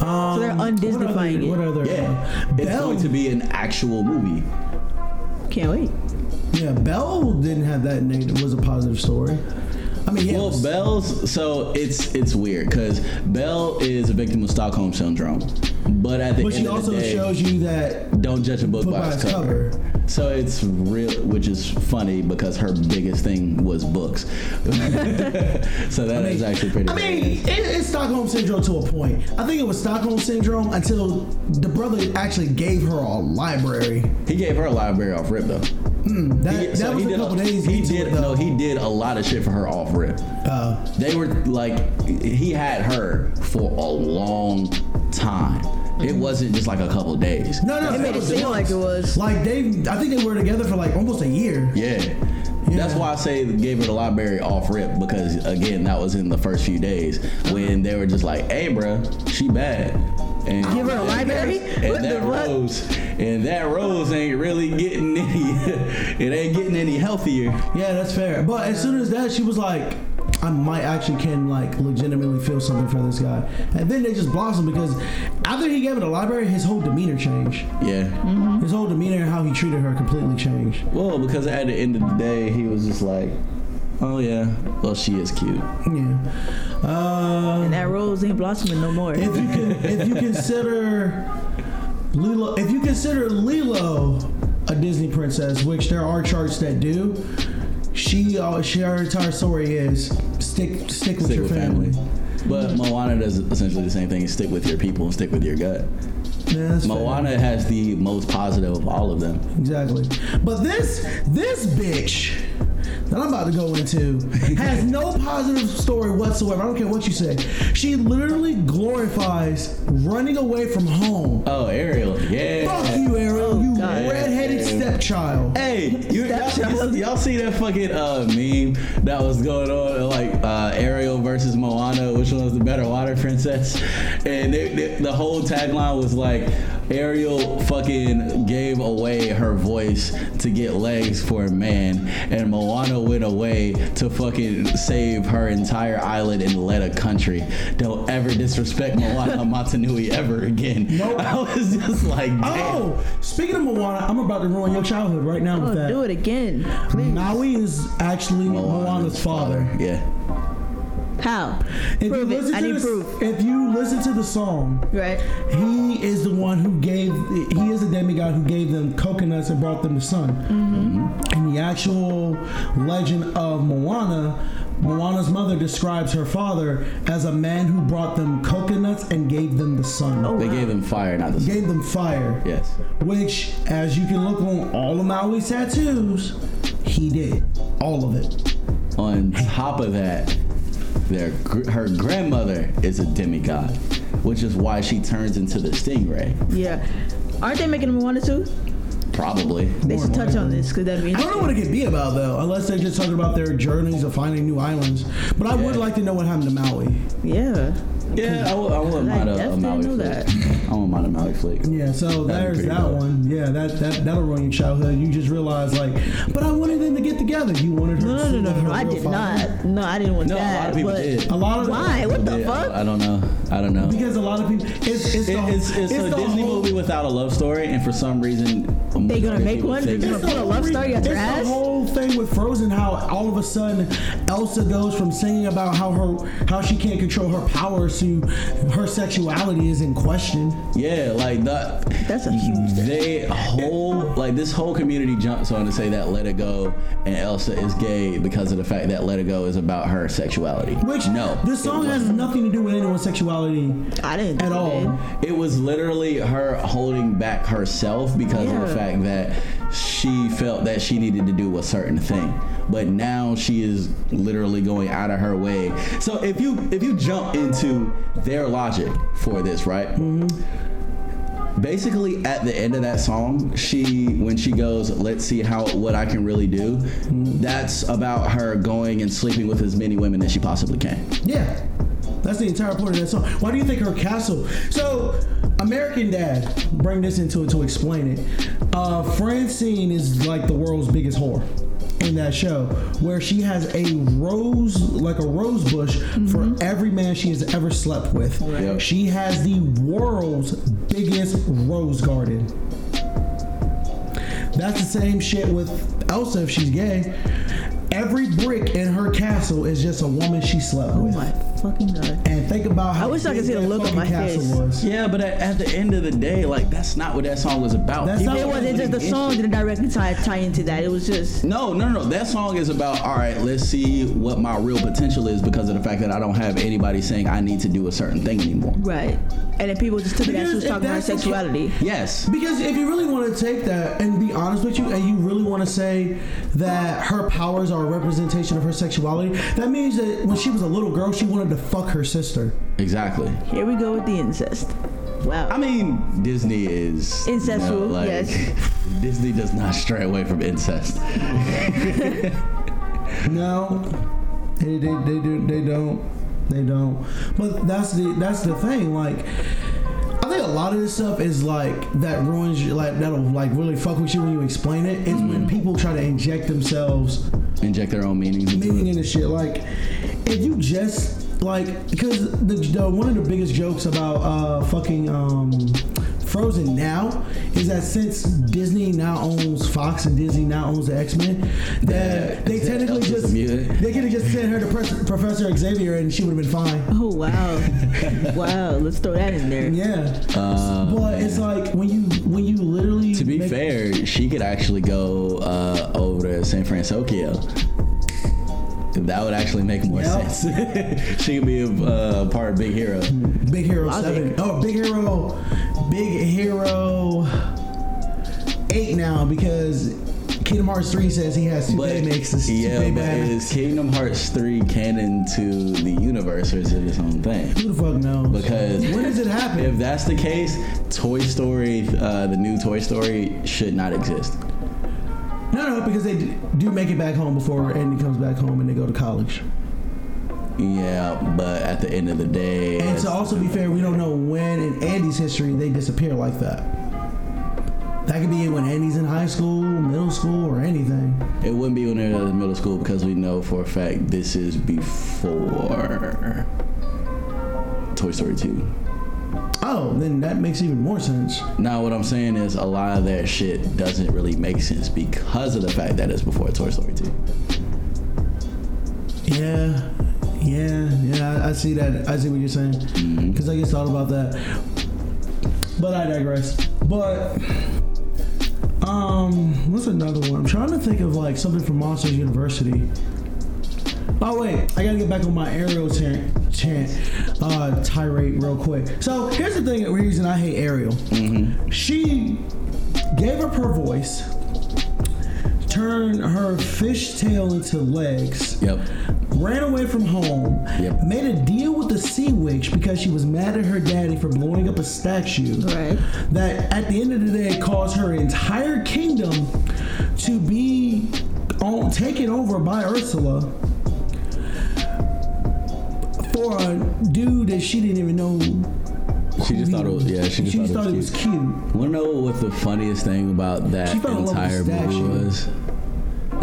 [SPEAKER 2] Um,
[SPEAKER 3] they're un-Disneyfying it.
[SPEAKER 2] What other? What other
[SPEAKER 1] Yeah, it's
[SPEAKER 2] uh, Belle.
[SPEAKER 1] going to be an actual movie.
[SPEAKER 3] Can't wait.
[SPEAKER 2] yeah, Belle didn't have that. Negative, was a positive story. I mean, yeah, it
[SPEAKER 1] Well,
[SPEAKER 2] was-
[SPEAKER 1] Belle's so it's it's weird because Belle is a victim of Stockholm syndrome, but at the
[SPEAKER 2] but
[SPEAKER 1] end
[SPEAKER 2] she
[SPEAKER 1] of
[SPEAKER 2] also
[SPEAKER 1] the day,
[SPEAKER 2] shows you that
[SPEAKER 1] don't judge a book, by, its cover.
[SPEAKER 2] cover.
[SPEAKER 1] So it's real, which is funny because her biggest thing was books. so that is actually pretty.
[SPEAKER 2] I mean, it, it's Stockholm syndrome to a point. I think it was Stockholm syndrome until the brother actually gave her a library.
[SPEAKER 1] he gave her a library off rip though.
[SPEAKER 2] That,
[SPEAKER 1] He-
[SPEAKER 2] that
[SPEAKER 1] so he
[SPEAKER 2] was a
[SPEAKER 1] did
[SPEAKER 2] couple days.
[SPEAKER 1] He
[SPEAKER 2] into
[SPEAKER 1] did
[SPEAKER 2] it,
[SPEAKER 1] no,
[SPEAKER 2] though.
[SPEAKER 1] he did a lot of shit for her off rip.
[SPEAKER 2] Uh,
[SPEAKER 1] They were like, he had her for a long time. It wasn't just like a couple days.
[SPEAKER 2] no, no,
[SPEAKER 3] It made
[SPEAKER 2] that
[SPEAKER 3] it
[SPEAKER 2] was
[SPEAKER 3] seem
[SPEAKER 2] the-
[SPEAKER 3] like it was.
[SPEAKER 2] Like they, I think they were together for like almost a year.
[SPEAKER 1] Yeah. That's why I say gave her the library off rip because again that was in the first few days when they were just like, "Hey, bruh, she bad." And
[SPEAKER 3] Give her a library?
[SPEAKER 1] And
[SPEAKER 3] What the
[SPEAKER 1] that
[SPEAKER 3] fuck?
[SPEAKER 1] rose, and that rose ain't really getting any. it ain't getting any healthier.
[SPEAKER 2] Yeah, that's fair. But as soon as that, she was like, I might actually can like legitimately feel something for this guy. And then they just blossomed because after he gave her the library, his whole demeanor changed.
[SPEAKER 1] Yeah.
[SPEAKER 2] His whole demeanor and how he treated her completely changed.
[SPEAKER 1] Well, because at the end of the day, he was just like, "Oh yeah, well she is cute."
[SPEAKER 2] Yeah. Uh,
[SPEAKER 3] And that rose ain't blossoming no more.
[SPEAKER 2] if you can, if you consider Lilo, if you consider Lilo a Disney princess, which there are charts that do, she uh, she her entire story is stick stick with
[SPEAKER 1] stick
[SPEAKER 2] your
[SPEAKER 1] with
[SPEAKER 2] family.
[SPEAKER 1] family. But Moana does essentially the same thing: stick with your people and stick with your gut.
[SPEAKER 2] Yeah, that's fair.
[SPEAKER 1] Moana has the most positive of all of them.
[SPEAKER 2] Exactly. But this this bitch that I'm about to go into has no positive story whatsoever. I don't care what you say. She literally glorifies running away from home.
[SPEAKER 1] Oh, Ariel, yeah.
[SPEAKER 2] Fuck you, Ariel, you
[SPEAKER 3] God.
[SPEAKER 2] redheaded stepchild.
[SPEAKER 1] Hey, you, y'all, y'all see that fucking uh, meme that was going on, like uh, Ariel versus Moana, which one was the better water princess? And they, they- the whole tagline was like, Ariel fucking gave away her voice to get legs for a man, and Moana went away to fucking save her entire island and led a country. Don't ever disrespect Moana Matanui ever again.
[SPEAKER 2] Nope.
[SPEAKER 1] I was just like, damn.
[SPEAKER 2] Oh, speaking of Moana, I'm about to ruin your childhood right now
[SPEAKER 3] Oh,
[SPEAKER 2] with that.
[SPEAKER 3] do it again. Please.
[SPEAKER 2] Maui is actually Moana's, father.
[SPEAKER 1] Yeah.
[SPEAKER 3] How?
[SPEAKER 2] If you
[SPEAKER 3] prove it.
[SPEAKER 2] listen
[SPEAKER 3] I
[SPEAKER 2] to
[SPEAKER 3] need
[SPEAKER 2] this-
[SPEAKER 3] proof.
[SPEAKER 2] If you listen to the song,
[SPEAKER 3] Right.
[SPEAKER 2] He is the one who gave. He is the demigod who gave them coconuts and brought them the sun.
[SPEAKER 3] Mm-hmm.
[SPEAKER 2] In the actual legend of Moana, Moana's mother describes her father as a man who brought them coconuts and gave them the sun.
[SPEAKER 3] Oh,
[SPEAKER 1] They
[SPEAKER 3] wow.
[SPEAKER 1] gave him fire, not the sun.
[SPEAKER 2] Gave them fire,
[SPEAKER 1] Yes.
[SPEAKER 2] which, as you can look on all of Maui's tattoos, he did all of it.
[SPEAKER 1] On top of that, their gr- her grandmother is a demigod, which is why she turns into the stingray.
[SPEAKER 3] Yeah. Aren't they making Moana too?
[SPEAKER 1] Probably.
[SPEAKER 3] They
[SPEAKER 2] More
[SPEAKER 3] should touch
[SPEAKER 2] likely.
[SPEAKER 3] on this because that means.
[SPEAKER 2] I don't know what it could be about though, unless they're just talking about their journeys of finding new islands. But I would
[SPEAKER 1] Yeah.
[SPEAKER 2] like to know what happened to Maui.
[SPEAKER 3] Yeah.
[SPEAKER 1] Yeah, I, would- I wouldn't
[SPEAKER 3] I
[SPEAKER 1] mind a, a
[SPEAKER 3] definitely
[SPEAKER 1] Maui
[SPEAKER 3] knew
[SPEAKER 1] flick.
[SPEAKER 3] that.
[SPEAKER 1] I wouldn't mind a Maui flick.
[SPEAKER 2] Yeah, so
[SPEAKER 1] That'd
[SPEAKER 2] there's
[SPEAKER 1] be
[SPEAKER 2] that
[SPEAKER 1] pretty dope.
[SPEAKER 2] one. Yeah, that that that'll ruin your childhood. You just realize like, but I wanted them to get together. You wanted her.
[SPEAKER 3] No,
[SPEAKER 2] to
[SPEAKER 3] no,
[SPEAKER 2] see
[SPEAKER 3] no, no,
[SPEAKER 2] her
[SPEAKER 3] no. I
[SPEAKER 2] real
[SPEAKER 3] did
[SPEAKER 2] father.
[SPEAKER 3] not. No, I didn't want
[SPEAKER 1] No, a lot
[SPEAKER 3] that.
[SPEAKER 1] of people
[SPEAKER 3] but
[SPEAKER 1] did.
[SPEAKER 2] A lot of
[SPEAKER 3] Why? What the
[SPEAKER 1] Yeah,
[SPEAKER 3] fuck?
[SPEAKER 1] I, I don't know. I don't know.
[SPEAKER 2] because a lot of people. It's it's,
[SPEAKER 1] It-
[SPEAKER 2] the,
[SPEAKER 1] it's, it's, a
[SPEAKER 2] the
[SPEAKER 1] Disney
[SPEAKER 2] whole-
[SPEAKER 1] movie without a love story, and for some reason,
[SPEAKER 3] They gonna
[SPEAKER 1] majority
[SPEAKER 3] make
[SPEAKER 1] people
[SPEAKER 3] one?
[SPEAKER 1] think
[SPEAKER 3] They're
[SPEAKER 1] it's-
[SPEAKER 3] gonna- Put a love story up
[SPEAKER 2] it's
[SPEAKER 3] your
[SPEAKER 2] the
[SPEAKER 3] ass?
[SPEAKER 2] whole thing with Frozen. How all of a sudden Elsa goes from singing about how her how she can't control her powers to her sexuality is in question.
[SPEAKER 1] Yeah, like that.
[SPEAKER 3] That's a huge thing.
[SPEAKER 1] They whole like this whole community jumps on to say that Let It Go and Elsa is gay because of the fact that Let It Go is about her sexuality.
[SPEAKER 2] Which
[SPEAKER 1] no,
[SPEAKER 2] this song has nothing to do with anyone's sexuality
[SPEAKER 3] I didn't
[SPEAKER 2] at
[SPEAKER 3] think it
[SPEAKER 2] all.
[SPEAKER 3] did.
[SPEAKER 1] it was literally her holding back herself because of the
[SPEAKER 3] Yeah.
[SPEAKER 1] fact that she felt that she needed to do a certain thing. But now she is literally going out of her way. So if you if you jump into their logic for this, right? Basically, at the end of that song, she when she goes, "Let's see how what I can really do." That's about her going and sleeping with as many women as she possibly can.
[SPEAKER 2] Yeah. That's the entire point of that song. Why do you think her castle? So, American Dad, bring this into it to explain it. Uh, Francine is like the world's biggest whore in that show, where she has a rose, like a rose bush for every man she has ever slept with.
[SPEAKER 1] Yep.
[SPEAKER 2] She has the world's biggest rose garden. That's the same shit with Elsa if she's gay. Every brick in her castle is just a woman she slept
[SPEAKER 3] Oh
[SPEAKER 2] with.
[SPEAKER 3] my fucking god.
[SPEAKER 2] And think about how
[SPEAKER 3] I wish I could
[SPEAKER 2] big
[SPEAKER 3] see the
[SPEAKER 2] that
[SPEAKER 3] look on
[SPEAKER 2] fucking
[SPEAKER 3] my
[SPEAKER 2] castle
[SPEAKER 3] face.
[SPEAKER 2] Was.
[SPEAKER 1] Yeah, but at, at the end of the day, like that's not what that song was about.
[SPEAKER 2] That's not
[SPEAKER 3] It
[SPEAKER 2] what
[SPEAKER 3] wasn't just the song didn't directly tie, tie into that. It was just.
[SPEAKER 1] No, no, no. That song is about all right. Let's see what my real potential is because of the fact that I don't have anybody saying I need to do a certain thing anymore.
[SPEAKER 3] Right. And then people just took it as
[SPEAKER 2] Because
[SPEAKER 3] she was
[SPEAKER 2] if
[SPEAKER 3] talking about
[SPEAKER 2] that's the ca-
[SPEAKER 3] sexuality.
[SPEAKER 1] Yes.
[SPEAKER 2] Because if you really want to take that and be honest with you, and you really want to say that her powers are a representation of her sexuality, that means that when she was a little girl, she wanted to fuck her sister.
[SPEAKER 1] Exactly.
[SPEAKER 3] Here we go with the incest. Wow.
[SPEAKER 1] I mean, Disney is you know,
[SPEAKER 3] Incestual,
[SPEAKER 1] like,
[SPEAKER 3] yes.
[SPEAKER 1] Disney does not stray away from incest.
[SPEAKER 2] No, they they they, do, they don't they don't. But that's the that's the thing. Like, I think a lot of this stuff is like that ruins you. Like that'll like really fuck with you when you explain it. It's
[SPEAKER 3] Mm.
[SPEAKER 2] when people try to inject themselves
[SPEAKER 1] Inject their own meanings. into
[SPEAKER 2] meaning
[SPEAKER 1] it.
[SPEAKER 2] in this shit. Like, if you just like, because the, the one of the biggest jokes about uh fucking um Frozen now is that since Disney now owns Fox and Disney now owns the X Men, that they
[SPEAKER 1] Yeah,
[SPEAKER 2] technically
[SPEAKER 1] Elsa's
[SPEAKER 2] just
[SPEAKER 1] a mutant.
[SPEAKER 2] they could have just sent her to Pres- Professor Xavier and she would have been fine.
[SPEAKER 3] Oh wow, wow! Let's throw that in there.
[SPEAKER 2] Yeah,
[SPEAKER 1] Uh,
[SPEAKER 2] but it's like when you when you literally
[SPEAKER 1] to be
[SPEAKER 2] make-
[SPEAKER 1] fair, she could actually go uh, over to San Francisco. That would actually make more
[SPEAKER 2] Yep.
[SPEAKER 1] sense. she could be a uh, part of Big Hero.
[SPEAKER 2] Big Hero
[SPEAKER 3] Logic.
[SPEAKER 2] Seven. Oh, Big Hero, Big Hero Eight now because Kingdom Hearts Three says he has two
[SPEAKER 1] But
[SPEAKER 2] remakes. This
[SPEAKER 1] yeah,
[SPEAKER 2] two
[SPEAKER 1] but is Kingdom Hearts three canon to the universe or is it its own thing?
[SPEAKER 2] Who the fuck knows?
[SPEAKER 1] Because
[SPEAKER 2] when does it happen?
[SPEAKER 1] if that's the case, Toy Story, uh, the new Toy Story, should not exist.
[SPEAKER 2] no, no, because they d- do make it back home before Andy comes back home and they go to college.
[SPEAKER 1] Yeah, but at the end of the day,
[SPEAKER 2] And to also be fair, we don't know when in Andy's history they disappear like that. That could be when Andy's in high school, middle school, or anything.
[SPEAKER 1] It wouldn't be when they're in middle school because we know for a fact this is before Toy Story 2.
[SPEAKER 2] Oh, then that makes even more sense.
[SPEAKER 1] Now, what I'm saying is a lot of that shit doesn't really make sense because of the fact that it's before Toy Story 2.
[SPEAKER 2] Yeah, yeah, yeah. I, I see that. I see what you're saying. Because I just thought about that. But I digress. But um, what's another one? I'm trying to think of like something from Monsters University. Oh wait, I gotta get back on my Ariel chant, chant uh, tirade real quick. So here's the thing: the reason I hate Ariel, she gave up her voice, turned her fishtail into legs
[SPEAKER 1] Yep.
[SPEAKER 2] ran away from home,
[SPEAKER 1] Yep.
[SPEAKER 2] made a deal with the sea witch because she was mad at her daddy for blowing up a statue.
[SPEAKER 3] Right.
[SPEAKER 2] That at the end of the day caused her entire kingdom to be on, taken over by Ursula for a dude that she didn't even know.
[SPEAKER 1] She
[SPEAKER 2] who
[SPEAKER 1] just
[SPEAKER 2] he
[SPEAKER 1] thought it was, yeah, she just thought, it was cute.
[SPEAKER 2] cute.
[SPEAKER 1] Wanna know what the funniest thing about that
[SPEAKER 2] She fell in love with
[SPEAKER 1] entire
[SPEAKER 2] the
[SPEAKER 1] movie
[SPEAKER 2] statue.
[SPEAKER 1] was?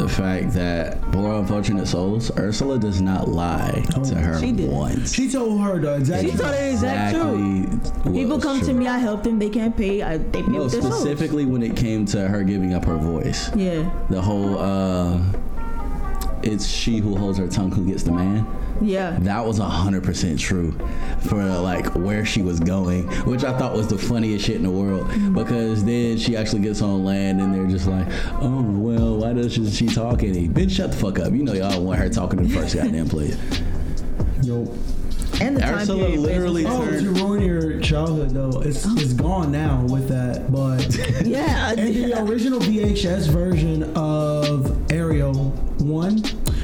[SPEAKER 1] The fact that poor unfortunate souls, Ursula does not lie to her
[SPEAKER 3] She did.
[SPEAKER 1] once.
[SPEAKER 2] Oh, She told her the exact
[SPEAKER 3] She told her the exact truth.
[SPEAKER 1] Exactly
[SPEAKER 3] People
[SPEAKER 1] was
[SPEAKER 3] come to
[SPEAKER 1] true.
[SPEAKER 3] me, I help them. They can't pay. I, they pay
[SPEAKER 1] No,
[SPEAKER 3] with their souls.
[SPEAKER 1] specifically when it came to her giving up her voice.
[SPEAKER 3] Yeah,
[SPEAKER 1] The whole uh it's she who holds her tongue who gets the man.
[SPEAKER 3] yeah.
[SPEAKER 1] That was 100% true for like where she was going, which I thought was the funniest shit in the world
[SPEAKER 2] Mm-hmm.
[SPEAKER 1] because then she actually gets on land and they're just like, "Oh, well, why doesn't she talk any?" Bitch, shut the fuck up. You know y'all want her talking in the first goddamn place.
[SPEAKER 2] Yo.
[SPEAKER 3] And the time
[SPEAKER 1] Ursula
[SPEAKER 3] period.
[SPEAKER 1] literally
[SPEAKER 3] basically.
[SPEAKER 2] Oh,
[SPEAKER 1] turned
[SPEAKER 2] to ruin your childhood though. It's it's gone now with that, but
[SPEAKER 3] Yeah. I
[SPEAKER 2] And
[SPEAKER 3] did.
[SPEAKER 2] the original VHS version of Ariel 1,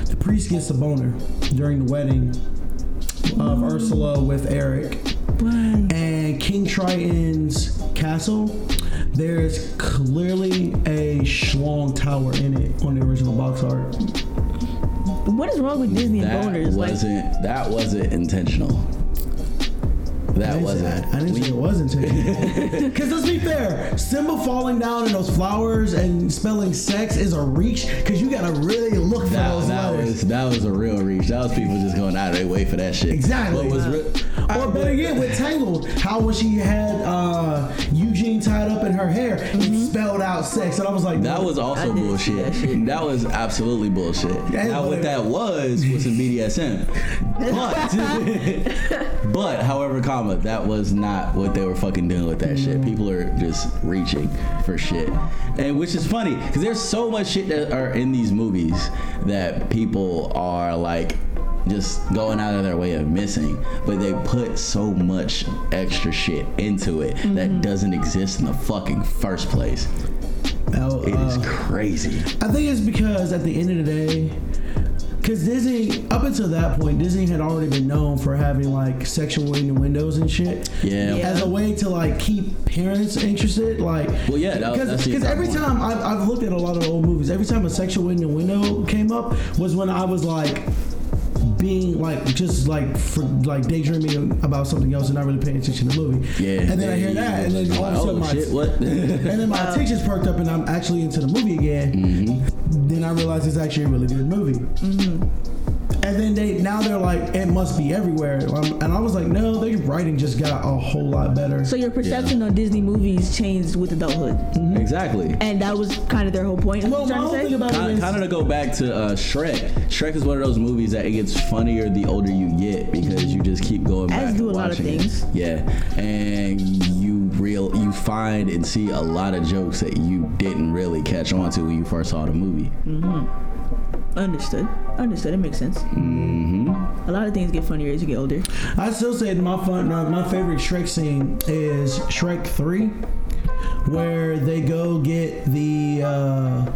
[SPEAKER 2] the priest gets a boner during the wedding of Ursula with Eric.
[SPEAKER 3] Why?
[SPEAKER 2] And King Triton's castle, there's clearly a schlong tower in it on the original box art.
[SPEAKER 3] What is wrong with Disney
[SPEAKER 1] that
[SPEAKER 3] and boners? Like,
[SPEAKER 1] wasn't that wasn't intentional.
[SPEAKER 2] I
[SPEAKER 1] That
[SPEAKER 2] didn't say-
[SPEAKER 1] wasn't.
[SPEAKER 2] I, I didn't
[SPEAKER 1] We-
[SPEAKER 2] say it wasn't intentional. Because let's be fair, Simba falling down in those flowers and spelling sex is a reach because you gotta really look for
[SPEAKER 1] that,
[SPEAKER 2] those
[SPEAKER 1] that
[SPEAKER 2] flowers.
[SPEAKER 1] was that was a real reach. That was people just going out of their way for that shit.
[SPEAKER 2] Exactly.
[SPEAKER 1] What was re-
[SPEAKER 2] or better yet, with Tangled, how when she had uh, Eugene tied up in her hair, it spelled out sex, and I was like,
[SPEAKER 1] Mm-hmm. that was
[SPEAKER 3] I
[SPEAKER 1] also
[SPEAKER 3] didn't see
[SPEAKER 1] bullshit.
[SPEAKER 3] that shit.
[SPEAKER 1] That was absolutely bullshit.
[SPEAKER 2] That's
[SPEAKER 1] now what
[SPEAKER 2] hilarious.
[SPEAKER 1] that was was some BDSM. But but however, comma that was not what they were fucking doing with
[SPEAKER 3] Mm.
[SPEAKER 1] that shit. People are just reaching for shit, and which is funny because there's so much shit that are in these movies that people are like just going out of their way of missing, but they put so much extra shit into it
[SPEAKER 3] Mm-hmm.
[SPEAKER 1] that doesn't exist in the fucking first place.
[SPEAKER 2] Oh,
[SPEAKER 1] It
[SPEAKER 2] uh,
[SPEAKER 1] is crazy.
[SPEAKER 2] I think it's because at the end of the day, because Disney, up until that point, Disney had already been known for having like sexual innuendos and shit.
[SPEAKER 1] Yeah.
[SPEAKER 3] Yeah.
[SPEAKER 2] As a way to like keep parents interested, like
[SPEAKER 1] Well, yeah, that- that's the
[SPEAKER 2] because
[SPEAKER 1] exact
[SPEAKER 2] every
[SPEAKER 1] point.
[SPEAKER 2] time I've, I've looked at a lot of old movies, every time a sexual innuendo came up was when I was like being like just like for like daydreaming about something else and not really paying attention to the movie.
[SPEAKER 1] Yeah.
[SPEAKER 2] and then I hear that, and then all of a sudden
[SPEAKER 1] oh
[SPEAKER 2] my Mhm.
[SPEAKER 1] shit, what?
[SPEAKER 2] and then my attention's perked up and I'm actually into the movie again. Then I realize it's actually a really good movie. And then they now they're like, it must be everywhere. Um, And I was like, no, their writing just got a whole lot better.
[SPEAKER 3] so your perception on Disney movies changed with adulthood,
[SPEAKER 1] exactly.
[SPEAKER 3] and that was kind of their whole point.
[SPEAKER 2] well,
[SPEAKER 3] Well,
[SPEAKER 2] my
[SPEAKER 3] trying
[SPEAKER 2] whole
[SPEAKER 3] to
[SPEAKER 2] thing
[SPEAKER 3] say?
[SPEAKER 2] about it
[SPEAKER 1] Kind,
[SPEAKER 2] is,
[SPEAKER 1] kind of to go back to uh, Shrek. Shrek is one of those movies that it gets funnier the older you get because you just keep going back.
[SPEAKER 3] As do
[SPEAKER 1] and
[SPEAKER 3] a lot of
[SPEAKER 1] watching it.
[SPEAKER 3] things.
[SPEAKER 1] Yeah, and you real you find and see a lot of jokes that you didn't really catch on to when you first saw the movie.
[SPEAKER 3] Understood. Understood. It makes sense. Mm-hmm. A lot of things get funnier as you get older.
[SPEAKER 2] I still say my fun, my my favorite Shrek scene is Shrek Three, where they go get the. Uh,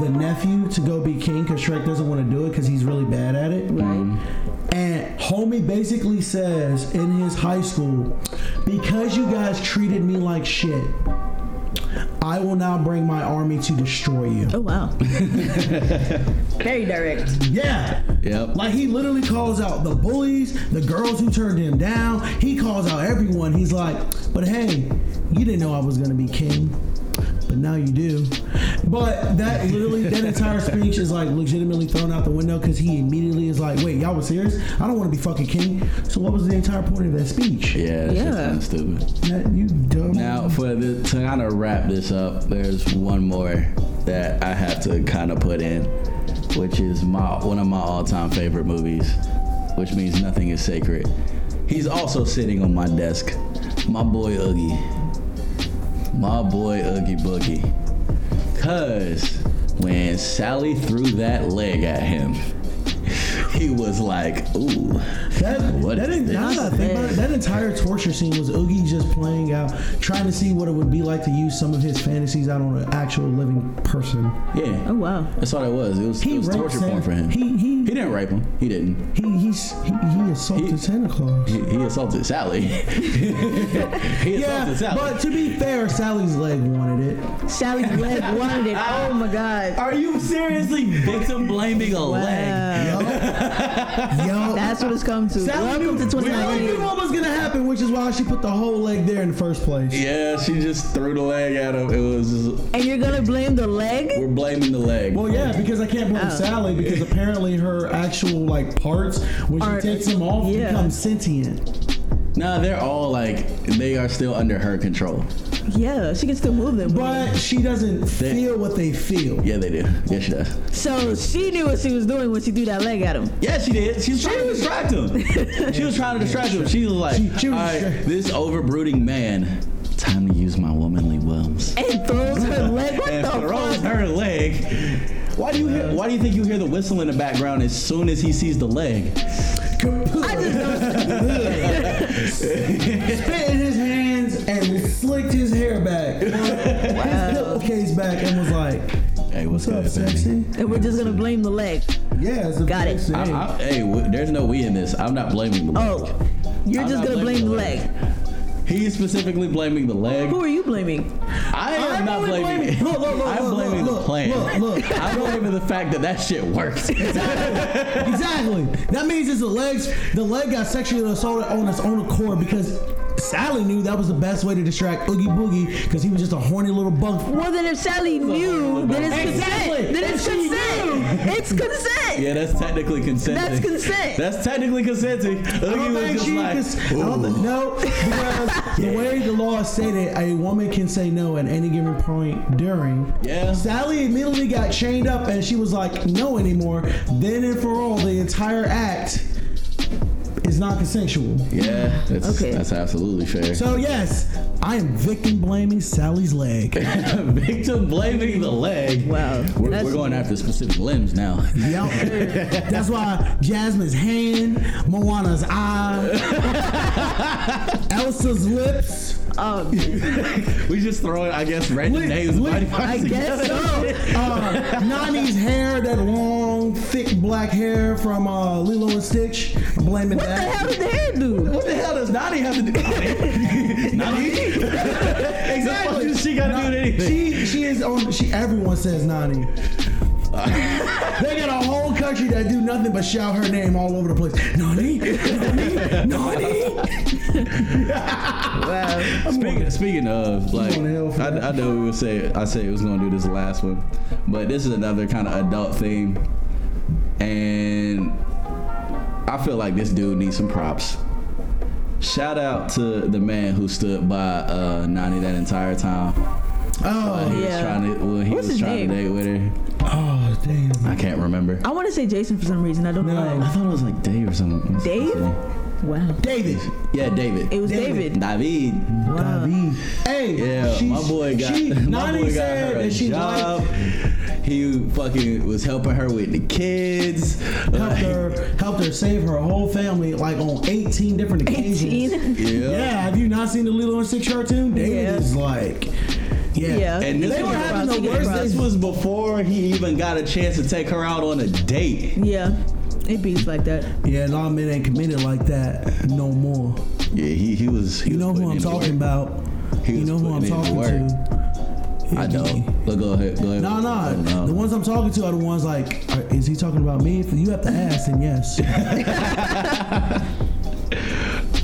[SPEAKER 2] the nephew to go be king because Shrek doesn't want to do it because he's really bad at it.
[SPEAKER 3] Right.
[SPEAKER 1] Mm-hmm.
[SPEAKER 2] And homie basically says in his high school, because you guys treated me like shit, I will now bring my army to destroy you.
[SPEAKER 3] Oh wow. Very direct.
[SPEAKER 2] Yeah.
[SPEAKER 1] Yep.
[SPEAKER 2] Like he literally calls out the bullies, the girls who turned him down. He calls out everyone. He's like, but hey, you didn't know I was gonna be king. but now you do. But that literally, that entire speech is like legitimately thrown out the window because he immediately is like, "Wait, y'all was serious? I don't want to be fucking king." So what was the entire point of that speech?
[SPEAKER 1] Yeah, that's
[SPEAKER 3] Yeah.
[SPEAKER 1] just kind of stupid.
[SPEAKER 2] That- you dumb.
[SPEAKER 1] Now, for the, to kind of wrap this up, there's one more that I have to kind of put in, which is my one of my all-time favorite movies, which means nothing is sacred. He's also sitting on my desk, my boy Oogie, my boy Oogie Boogie, cause when Sally threw that leg at him, he was like, "Ooh,
[SPEAKER 2] That,
[SPEAKER 1] What
[SPEAKER 2] that,
[SPEAKER 1] is
[SPEAKER 2] en- now
[SPEAKER 1] this?
[SPEAKER 2] that I think about it, that entire torture scene was Oogie just playing out, trying to see what it would be like to use some of his fantasies out on an actual living person.
[SPEAKER 1] yeah."
[SPEAKER 3] Oh wow.
[SPEAKER 1] That's all it was. It was, it was
[SPEAKER 2] raped
[SPEAKER 1] torture
[SPEAKER 2] Santa-
[SPEAKER 1] porn for him.
[SPEAKER 2] He he
[SPEAKER 1] He didn't rape him. He didn't.
[SPEAKER 2] he he, s- he, he assaulted
[SPEAKER 1] He-
[SPEAKER 2] Santa Claus.
[SPEAKER 1] He, he assaulted Sally. he
[SPEAKER 2] Yeah,
[SPEAKER 1] assaulted Sally.
[SPEAKER 2] but to be fair, Sally's leg wanted it.
[SPEAKER 3] Sally's leg wanted it. Oh my god.
[SPEAKER 1] are you seriously victim blaming a leg?
[SPEAKER 3] Wow.
[SPEAKER 2] Yo,
[SPEAKER 3] That's what it's come to. Welcome to
[SPEAKER 2] Sally knew
[SPEAKER 3] 2019.
[SPEAKER 2] what was gonna happen, which is why she put the whole leg there in the first place.
[SPEAKER 1] Yeah, she just threw the leg at him. It was just,
[SPEAKER 3] And you're gonna blame the leg?
[SPEAKER 1] we're blaming the leg.
[SPEAKER 2] Well, yeah, because I can't blame
[SPEAKER 3] Oh.
[SPEAKER 2] Sally because apparently her actual like parts when she
[SPEAKER 3] Are-
[SPEAKER 2] takes them off
[SPEAKER 3] yeah.
[SPEAKER 2] become sentient.
[SPEAKER 1] nah, they're all like they are still under her control.
[SPEAKER 3] Yeah, she can still move them.
[SPEAKER 2] But she doesn't feel what they feel.
[SPEAKER 1] Yeah, they do. Yeah, she does.
[SPEAKER 3] So she knew what she was doing when she threw that leg at him.
[SPEAKER 1] Yeah, she did. She was trying to distract him. she was trying to distract him. She was like,
[SPEAKER 2] She- she was
[SPEAKER 1] all right,
[SPEAKER 2] distracted.
[SPEAKER 1] this overbrooding man. Time to use my womanly whims.
[SPEAKER 3] And throws her leg. What
[SPEAKER 1] and
[SPEAKER 3] the
[SPEAKER 1] throws
[SPEAKER 3] fuck?
[SPEAKER 1] her leg. Why do you hear? Why do you think you hear the whistle in the background as soon as he sees the leg?
[SPEAKER 3] I just don't.
[SPEAKER 2] Spit in his hands and slicked his hair back, his pillowcase back, and was like,
[SPEAKER 1] Hey, what's,
[SPEAKER 2] "What's up,
[SPEAKER 1] good, baby?
[SPEAKER 2] sexy?"
[SPEAKER 3] And we're just gonna blame the leg.
[SPEAKER 2] Yeah, it's a
[SPEAKER 3] Got it.
[SPEAKER 2] sexy.
[SPEAKER 1] I, I, hey, w- there's no we in this. I'm not blaming the leg.
[SPEAKER 3] Oh, you're
[SPEAKER 1] I'm
[SPEAKER 3] just
[SPEAKER 1] not
[SPEAKER 3] gonna blame the leg.
[SPEAKER 1] He's specifically blaming the leg.
[SPEAKER 3] Who are you blaming?
[SPEAKER 1] I am
[SPEAKER 2] I'm
[SPEAKER 1] not
[SPEAKER 2] only
[SPEAKER 1] blaming.
[SPEAKER 2] blaming- look, look, look,
[SPEAKER 1] I'm
[SPEAKER 2] look,
[SPEAKER 1] blaming
[SPEAKER 2] look,
[SPEAKER 1] the plan.
[SPEAKER 2] look, look.
[SPEAKER 1] I'm blaming the fact that that shit worked.
[SPEAKER 2] Exactly. That means it's the legs. The leg got sexually assaulted on its own accord because Sally knew that was the best way to distract Oogie Boogie because he was just a horny little bug.
[SPEAKER 3] Well, then if Sally knew, then it's
[SPEAKER 2] Exactly.
[SPEAKER 3] consent. Then it's
[SPEAKER 2] If she
[SPEAKER 3] consent. It's consent.
[SPEAKER 1] yeah, that's technically consenting.
[SPEAKER 3] That's consent.
[SPEAKER 1] That's technically consenting.
[SPEAKER 2] I
[SPEAKER 1] Oogie
[SPEAKER 2] don't
[SPEAKER 1] was
[SPEAKER 2] think
[SPEAKER 1] just
[SPEAKER 2] she
[SPEAKER 1] like,
[SPEAKER 2] can- I don't think-
[SPEAKER 1] "Ooh."
[SPEAKER 2] no, because the way the law said it, a woman can say no at any given point during.
[SPEAKER 1] Yeah.
[SPEAKER 2] Sally immediately got chained up and she was like, no anymore. Then and for all, the entire act is not consensual.
[SPEAKER 1] Yeah, that's
[SPEAKER 3] Okay.
[SPEAKER 1] that's absolutely fair.
[SPEAKER 2] So, yes, I am victim blaming Sally's leg.
[SPEAKER 1] victim blaming the leg.
[SPEAKER 3] Wow.
[SPEAKER 1] We're,
[SPEAKER 3] That's-
[SPEAKER 1] we're going after specific limbs now.
[SPEAKER 2] Yep. That's why Jasmine's hand, Moana's eye, Elsa's lips.
[SPEAKER 3] Um,
[SPEAKER 1] we just throwing, I guess, random
[SPEAKER 2] Wait,
[SPEAKER 1] names.
[SPEAKER 2] wait,
[SPEAKER 1] body
[SPEAKER 3] I
[SPEAKER 1] parts
[SPEAKER 3] guess
[SPEAKER 1] together.
[SPEAKER 3] so.
[SPEAKER 2] Uh, Nani's hair, that long, thick black hair from uh, Lilo and Stitch. I'm blaming
[SPEAKER 3] What the
[SPEAKER 2] that.
[SPEAKER 3] hell did the hair do?
[SPEAKER 1] What the hell does Nani have to do? Nani? Nani? exactly. Does she got to do with anything?
[SPEAKER 2] She she is on. She everyone says Nani. they got a whole country that do nothing but shout her name all over the place. Nani, Nani, Nani.
[SPEAKER 3] Wow.
[SPEAKER 1] Speaking, speaking of, like,
[SPEAKER 2] going to hell for that.
[SPEAKER 1] I, I know we would say, I say it was going to do this last one, but this is another kind of adult theme, and I feel like this dude needs some props. Shout out to the man who stood by uh, Nani that entire time.
[SPEAKER 2] Oh,
[SPEAKER 1] He was
[SPEAKER 3] Yeah.
[SPEAKER 1] trying to, well, he
[SPEAKER 3] What's
[SPEAKER 1] was
[SPEAKER 3] his
[SPEAKER 1] trying to date
[SPEAKER 3] name?
[SPEAKER 1] with her.
[SPEAKER 2] oh damn.
[SPEAKER 1] I can't remember.
[SPEAKER 3] I want to say Jason for some reason. I don't know.
[SPEAKER 2] No.
[SPEAKER 1] I
[SPEAKER 3] why.
[SPEAKER 1] thought it was like Dave or something.
[SPEAKER 3] Dave? Wow.
[SPEAKER 2] David.
[SPEAKER 1] Yeah, David.
[SPEAKER 3] It was David.
[SPEAKER 2] David.
[SPEAKER 1] David.
[SPEAKER 3] Wow.
[SPEAKER 2] Hey,
[SPEAKER 1] Yeah,
[SPEAKER 2] she-
[SPEAKER 1] my boy got
[SPEAKER 2] She,
[SPEAKER 1] my
[SPEAKER 2] Nani
[SPEAKER 1] boy got
[SPEAKER 2] said
[SPEAKER 1] her a
[SPEAKER 2] that she
[SPEAKER 1] job.
[SPEAKER 2] liked,
[SPEAKER 1] He fucking was helping her with the kids.
[SPEAKER 2] helped
[SPEAKER 1] Like,
[SPEAKER 2] her, helped her save her whole family like on 18 different occasions.
[SPEAKER 3] 18.
[SPEAKER 1] Yeah.
[SPEAKER 2] Yeah, have you not seen the Lilo and Stitch cartoon? David
[SPEAKER 3] Yeah.
[SPEAKER 2] is like, yeah.
[SPEAKER 3] Yeah.
[SPEAKER 1] And this
[SPEAKER 2] They
[SPEAKER 3] You
[SPEAKER 2] were
[SPEAKER 3] get
[SPEAKER 2] having
[SPEAKER 3] props,
[SPEAKER 2] the
[SPEAKER 3] you get
[SPEAKER 2] worst
[SPEAKER 3] props.
[SPEAKER 1] This was before he even got a chance to take her out on a date.
[SPEAKER 3] Yeah. It beats like that.
[SPEAKER 2] Yeah, a lot of men ain't committed like that no more.
[SPEAKER 1] Yeah, he, he was. He
[SPEAKER 2] You know
[SPEAKER 1] was putting
[SPEAKER 2] who I'm
[SPEAKER 1] in the work.
[SPEAKER 2] talking about.
[SPEAKER 1] He
[SPEAKER 2] You
[SPEAKER 1] was
[SPEAKER 2] know who I'm
[SPEAKER 1] putting in the
[SPEAKER 2] talking
[SPEAKER 1] work.
[SPEAKER 2] to.
[SPEAKER 1] I don't. Look, go ahead. Go ahead.
[SPEAKER 2] No, no.
[SPEAKER 1] No.
[SPEAKER 2] The ones I'm talking to are the ones like, "Are- is he talking about me? If you have to ask, and yes.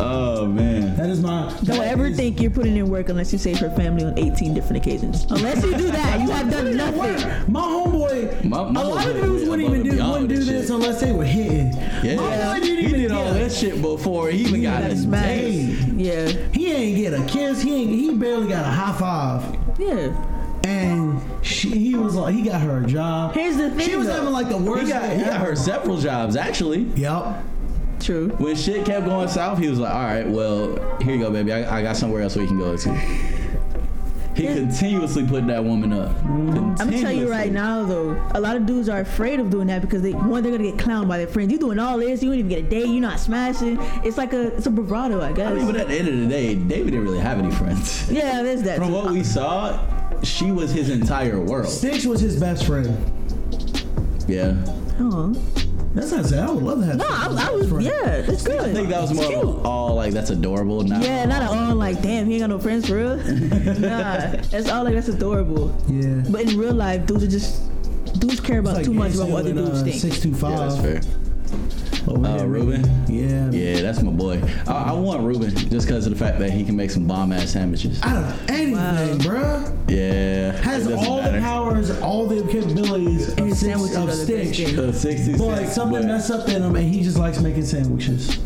[SPEAKER 1] Oh man.
[SPEAKER 2] That is my.
[SPEAKER 3] Don't
[SPEAKER 2] that
[SPEAKER 3] ever
[SPEAKER 2] is-
[SPEAKER 3] think you're putting in work unless you save her family on 18 different occasions. Unless you do that, you have done nothing.
[SPEAKER 2] My homeboy.
[SPEAKER 1] My- my
[SPEAKER 2] a lot of
[SPEAKER 1] homeboy
[SPEAKER 2] dudes
[SPEAKER 1] went
[SPEAKER 2] wouldn't even
[SPEAKER 1] above and
[SPEAKER 2] do,
[SPEAKER 1] beyond
[SPEAKER 2] wouldn't do
[SPEAKER 1] that
[SPEAKER 2] this
[SPEAKER 1] shit.
[SPEAKER 2] unless they were hitting.
[SPEAKER 1] Yeah.
[SPEAKER 2] My boy didn't
[SPEAKER 1] He
[SPEAKER 2] even
[SPEAKER 1] did all
[SPEAKER 2] get a-
[SPEAKER 1] that shit before he even got
[SPEAKER 3] Got
[SPEAKER 1] his
[SPEAKER 3] smashed.
[SPEAKER 2] dang.
[SPEAKER 3] Yeah,
[SPEAKER 2] He ain't get a kiss. He ain't. He barely got a high five.
[SPEAKER 3] yeah.
[SPEAKER 2] And she, he was like, he got her a job.
[SPEAKER 3] Here's the thing.
[SPEAKER 2] she was
[SPEAKER 3] though.
[SPEAKER 2] having like the
[SPEAKER 1] He
[SPEAKER 2] worst.
[SPEAKER 1] got,
[SPEAKER 2] day
[SPEAKER 1] he got
[SPEAKER 2] ever.
[SPEAKER 1] her several jobs actually.
[SPEAKER 2] Yep.
[SPEAKER 3] True.
[SPEAKER 1] When shit kept going south, he was like, "All right, well, here you go, baby. I, I got somewhere else where you can go to." He continuously put that woman up.
[SPEAKER 3] I'm gonna tell you right now though, a lot of dudes are afraid of doing that because they one they're gonna get clowned by their friends. You doing all this, you don't even get a date, you're not smashing. It's like a it's a bravado, I guess.
[SPEAKER 1] I mean, but at the end of the day, David didn't really have any friends.
[SPEAKER 3] yeah, there's that.
[SPEAKER 1] From
[SPEAKER 3] too.
[SPEAKER 1] what we saw, she was his entire world.
[SPEAKER 2] Stitch was his best friend.
[SPEAKER 1] Yeah.
[SPEAKER 3] Aw.
[SPEAKER 2] That's not sad. I would love to have.
[SPEAKER 3] Uh-huh. No,
[SPEAKER 2] Stitch as my
[SPEAKER 3] I, I
[SPEAKER 2] best
[SPEAKER 3] was
[SPEAKER 2] friend.
[SPEAKER 3] yeah, it's good.
[SPEAKER 1] I think that was more
[SPEAKER 3] it's
[SPEAKER 1] of
[SPEAKER 3] cute.
[SPEAKER 1] a, all like that's adorable. Not
[SPEAKER 3] Yeah, not at all like damn, he ain't got no friends for real. nah, that's all like that's adorable.
[SPEAKER 2] Yeah.
[SPEAKER 3] But in real life, dudes are just dudes care about
[SPEAKER 2] It's like
[SPEAKER 3] too much about
[SPEAKER 2] Denzel
[SPEAKER 3] what other
[SPEAKER 2] in,
[SPEAKER 3] dudes
[SPEAKER 2] uh,
[SPEAKER 3] think.
[SPEAKER 2] Six two
[SPEAKER 1] Yeah, that's
[SPEAKER 2] five.
[SPEAKER 1] fair. Uh,
[SPEAKER 2] Oh,
[SPEAKER 1] Ruben?
[SPEAKER 2] Yeah.
[SPEAKER 1] Yeah, that's my boy. I, I want Ruben just because of the fact that he can make some bomb ass sandwiches.
[SPEAKER 2] Out of anything, bruh.
[SPEAKER 1] Yeah.
[SPEAKER 2] Has
[SPEAKER 1] it doesn't
[SPEAKER 2] all
[SPEAKER 1] matter.
[SPEAKER 2] the powers, all the capabilities of,
[SPEAKER 3] And his
[SPEAKER 2] Stitch,
[SPEAKER 3] sandwiches are
[SPEAKER 2] of
[SPEAKER 3] the best
[SPEAKER 2] Stitch.
[SPEAKER 3] thing.
[SPEAKER 1] Uh, 60
[SPEAKER 2] But
[SPEAKER 1] cents,
[SPEAKER 2] something
[SPEAKER 1] but
[SPEAKER 2] messed up in him, and he just likes making sandwiches.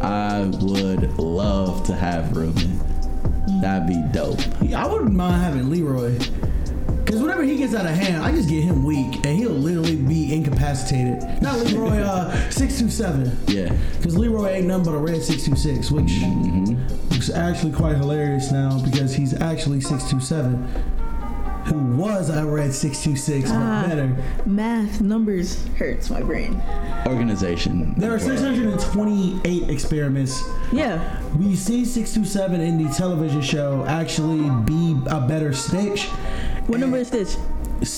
[SPEAKER 1] I would love to have Ruben. That'd be dope.
[SPEAKER 2] I wouldn't mind having Leroy. Cause whenever he gets out of hand, I just get him weak, and he'll literally be incapacitated. Not Leroy, uh, six two seven.
[SPEAKER 1] Yeah.
[SPEAKER 2] Cause Leroy ain't nothing but a red six two six, which is actually quite hilarious now because he's actually six two seven, who was a red six two six,
[SPEAKER 3] Ah.
[SPEAKER 2] but better.
[SPEAKER 3] Math numbers hurts my brain.
[SPEAKER 1] Organization.
[SPEAKER 2] There are six hundred and twenty eight experiments
[SPEAKER 3] Yeah.
[SPEAKER 2] We see 627 in the television show actually be a better Stitch.
[SPEAKER 3] What number is this?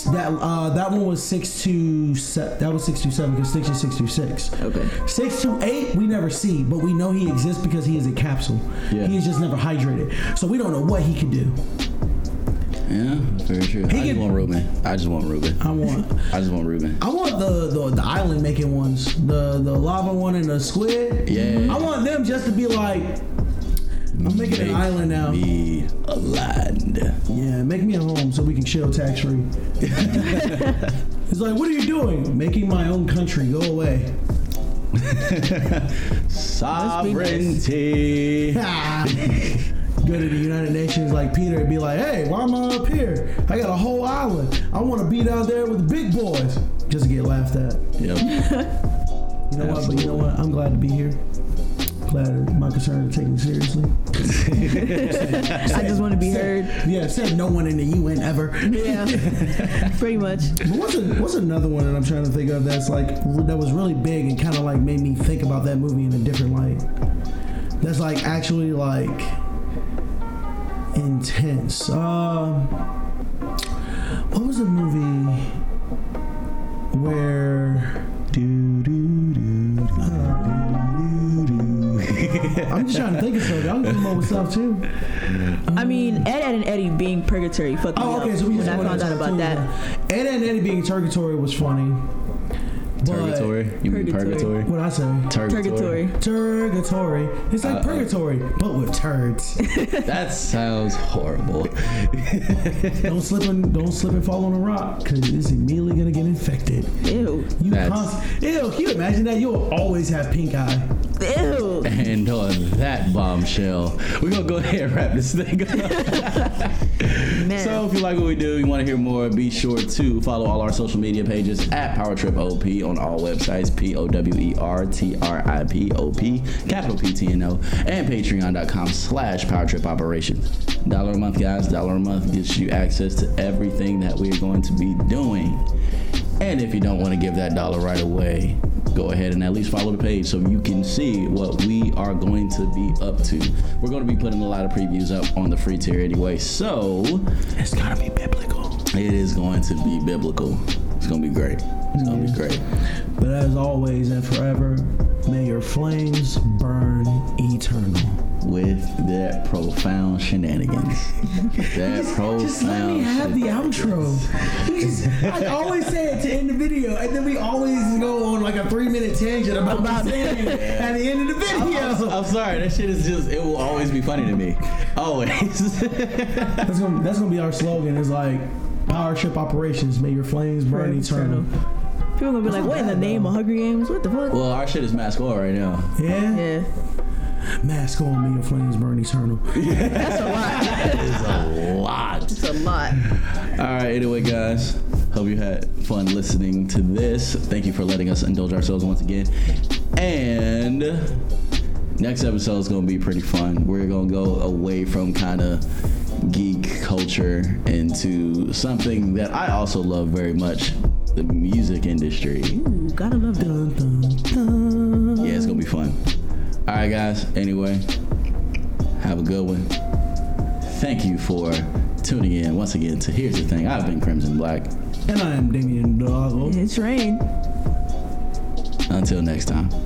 [SPEAKER 2] That uh, that one was 627. That was 627 because Stitch is 626.
[SPEAKER 3] Okay.
[SPEAKER 2] 628 we never see, but we know he exists because he is a capsule.
[SPEAKER 1] Yeah.
[SPEAKER 2] He is just never hydrated. So we don't know what he can do.
[SPEAKER 1] Yeah, very true. I just
[SPEAKER 2] can-
[SPEAKER 1] want Ruben. I just want Ruben.
[SPEAKER 2] I want
[SPEAKER 1] I just want Ruben.
[SPEAKER 2] I want the, the the island making ones. The the lava one and the squid.
[SPEAKER 1] Yeah.
[SPEAKER 2] I want them just to be like I'm making an
[SPEAKER 1] Make
[SPEAKER 2] island now.
[SPEAKER 1] Be aligned.
[SPEAKER 2] Yeah, make me a home so we can chill tax free. it's like, what are you doing? Making my own country go away.
[SPEAKER 1] Sovereignty.
[SPEAKER 2] Ah. go to the United Nations like Peter and be like, hey, why am I up here? I got a whole island. I want to be down there with the big boys. Just to get laughed at.
[SPEAKER 1] Yep.
[SPEAKER 2] You know what? But you know what? I'm glad to be here. Glad my concerns are taken seriously.
[SPEAKER 3] I just want to be heard.
[SPEAKER 2] Yeah, said no one in the UN ever.
[SPEAKER 3] Yeah. Pretty much.
[SPEAKER 2] But what's, a, what's another one that I'm trying to think of that's like that was really big and kind of like made me think about that movie in a different light. That's like actually like intense. Um, what was the movie where? I'm just trying to think of something. I'm coming up with stuff too.
[SPEAKER 3] I mean, Ed, Ed, and Eddie being purgatory fucked me
[SPEAKER 2] Oh, okay.
[SPEAKER 3] up
[SPEAKER 2] So we
[SPEAKER 3] when
[SPEAKER 2] just
[SPEAKER 3] I
[SPEAKER 2] went
[SPEAKER 3] found out
[SPEAKER 2] into
[SPEAKER 3] about
[SPEAKER 2] two.
[SPEAKER 3] that.
[SPEAKER 2] Ed and Eddie being Turgatory was funny. But-
[SPEAKER 1] Purgatory. You mean purgatory?
[SPEAKER 3] Purgatory.
[SPEAKER 2] What I say?
[SPEAKER 3] Purgatory.
[SPEAKER 2] Turgatory. It's like
[SPEAKER 1] Uh,
[SPEAKER 2] purgatory, but with turds.
[SPEAKER 1] That sounds horrible.
[SPEAKER 2] don't slip and don't slip and fall on a rock, cause it's immediately gonna get infected.
[SPEAKER 3] Ew.
[SPEAKER 2] You
[SPEAKER 1] That's-
[SPEAKER 2] const- Ew, can you imagine that? You'll always have pink eye.
[SPEAKER 3] Ew.
[SPEAKER 1] And on that bombshell, we're gonna go ahead and wrap this thing up.
[SPEAKER 3] Man.
[SPEAKER 1] so if you like what we do, you wanna hear more, be sure to follow all our social media pages at Power Trip OP on all websites, E P-O-W-E-R-T-R-I-P-O-P, capital P-T-N-O, and patreon.com slash power trip operations. Dollar a month, guys, dollar a month gets you access to everything that we're going to be doing. And if you don't want to give that dollar right away, go ahead and at least follow the page so you can see what we are going to be up to. We're going to be putting a lot of previews up on the free tier anyway, so
[SPEAKER 2] It's gotta be biblical.
[SPEAKER 1] it is going to be biblical. It's going to be great. It's going to be great.
[SPEAKER 2] But as always and forever, may your flames burn eternal.
[SPEAKER 1] with that profound shenanigans. That profound.
[SPEAKER 2] Just let me have the outro. You just- I always say it to end the video, and then we always go on like a three minute tangent about what I'm saying at the end of the
[SPEAKER 1] I'm, I'm-
[SPEAKER 2] video.
[SPEAKER 1] I'm sorry. That shit is just. It will always be funny to me. Always.
[SPEAKER 2] That's gonna, that's gonna be our slogan. Is like power ship operations. May your flames burn eternal.
[SPEAKER 3] People gonna be like, what in the name of Hunger Games? What the fuck?
[SPEAKER 1] well, our shit is mask oil right now.
[SPEAKER 2] Yeah,
[SPEAKER 3] yeah,
[SPEAKER 2] mask on. May your flames burn eternal.
[SPEAKER 3] that's a
[SPEAKER 1] It's
[SPEAKER 3] lot.
[SPEAKER 1] a lot.
[SPEAKER 3] It's a lot.
[SPEAKER 1] All right, anyway, guys. Hope you had fun listening to this. Thank you for letting us indulge ourselves once again. And next episode is going to be pretty fun. We're going to go away from kind of geek culture into something that I also love very much the music industry.
[SPEAKER 3] Ooh, gotta love that.
[SPEAKER 2] Dun, dun, dun.
[SPEAKER 1] Yeah, it's going to be fun. All right, guys. Anyway, have a good one. Thank you for tuning in once again to Here's the Thing. I've been Crimson Black.
[SPEAKER 2] And I am Damien Doggle.
[SPEAKER 3] It's rain.
[SPEAKER 1] Until next time.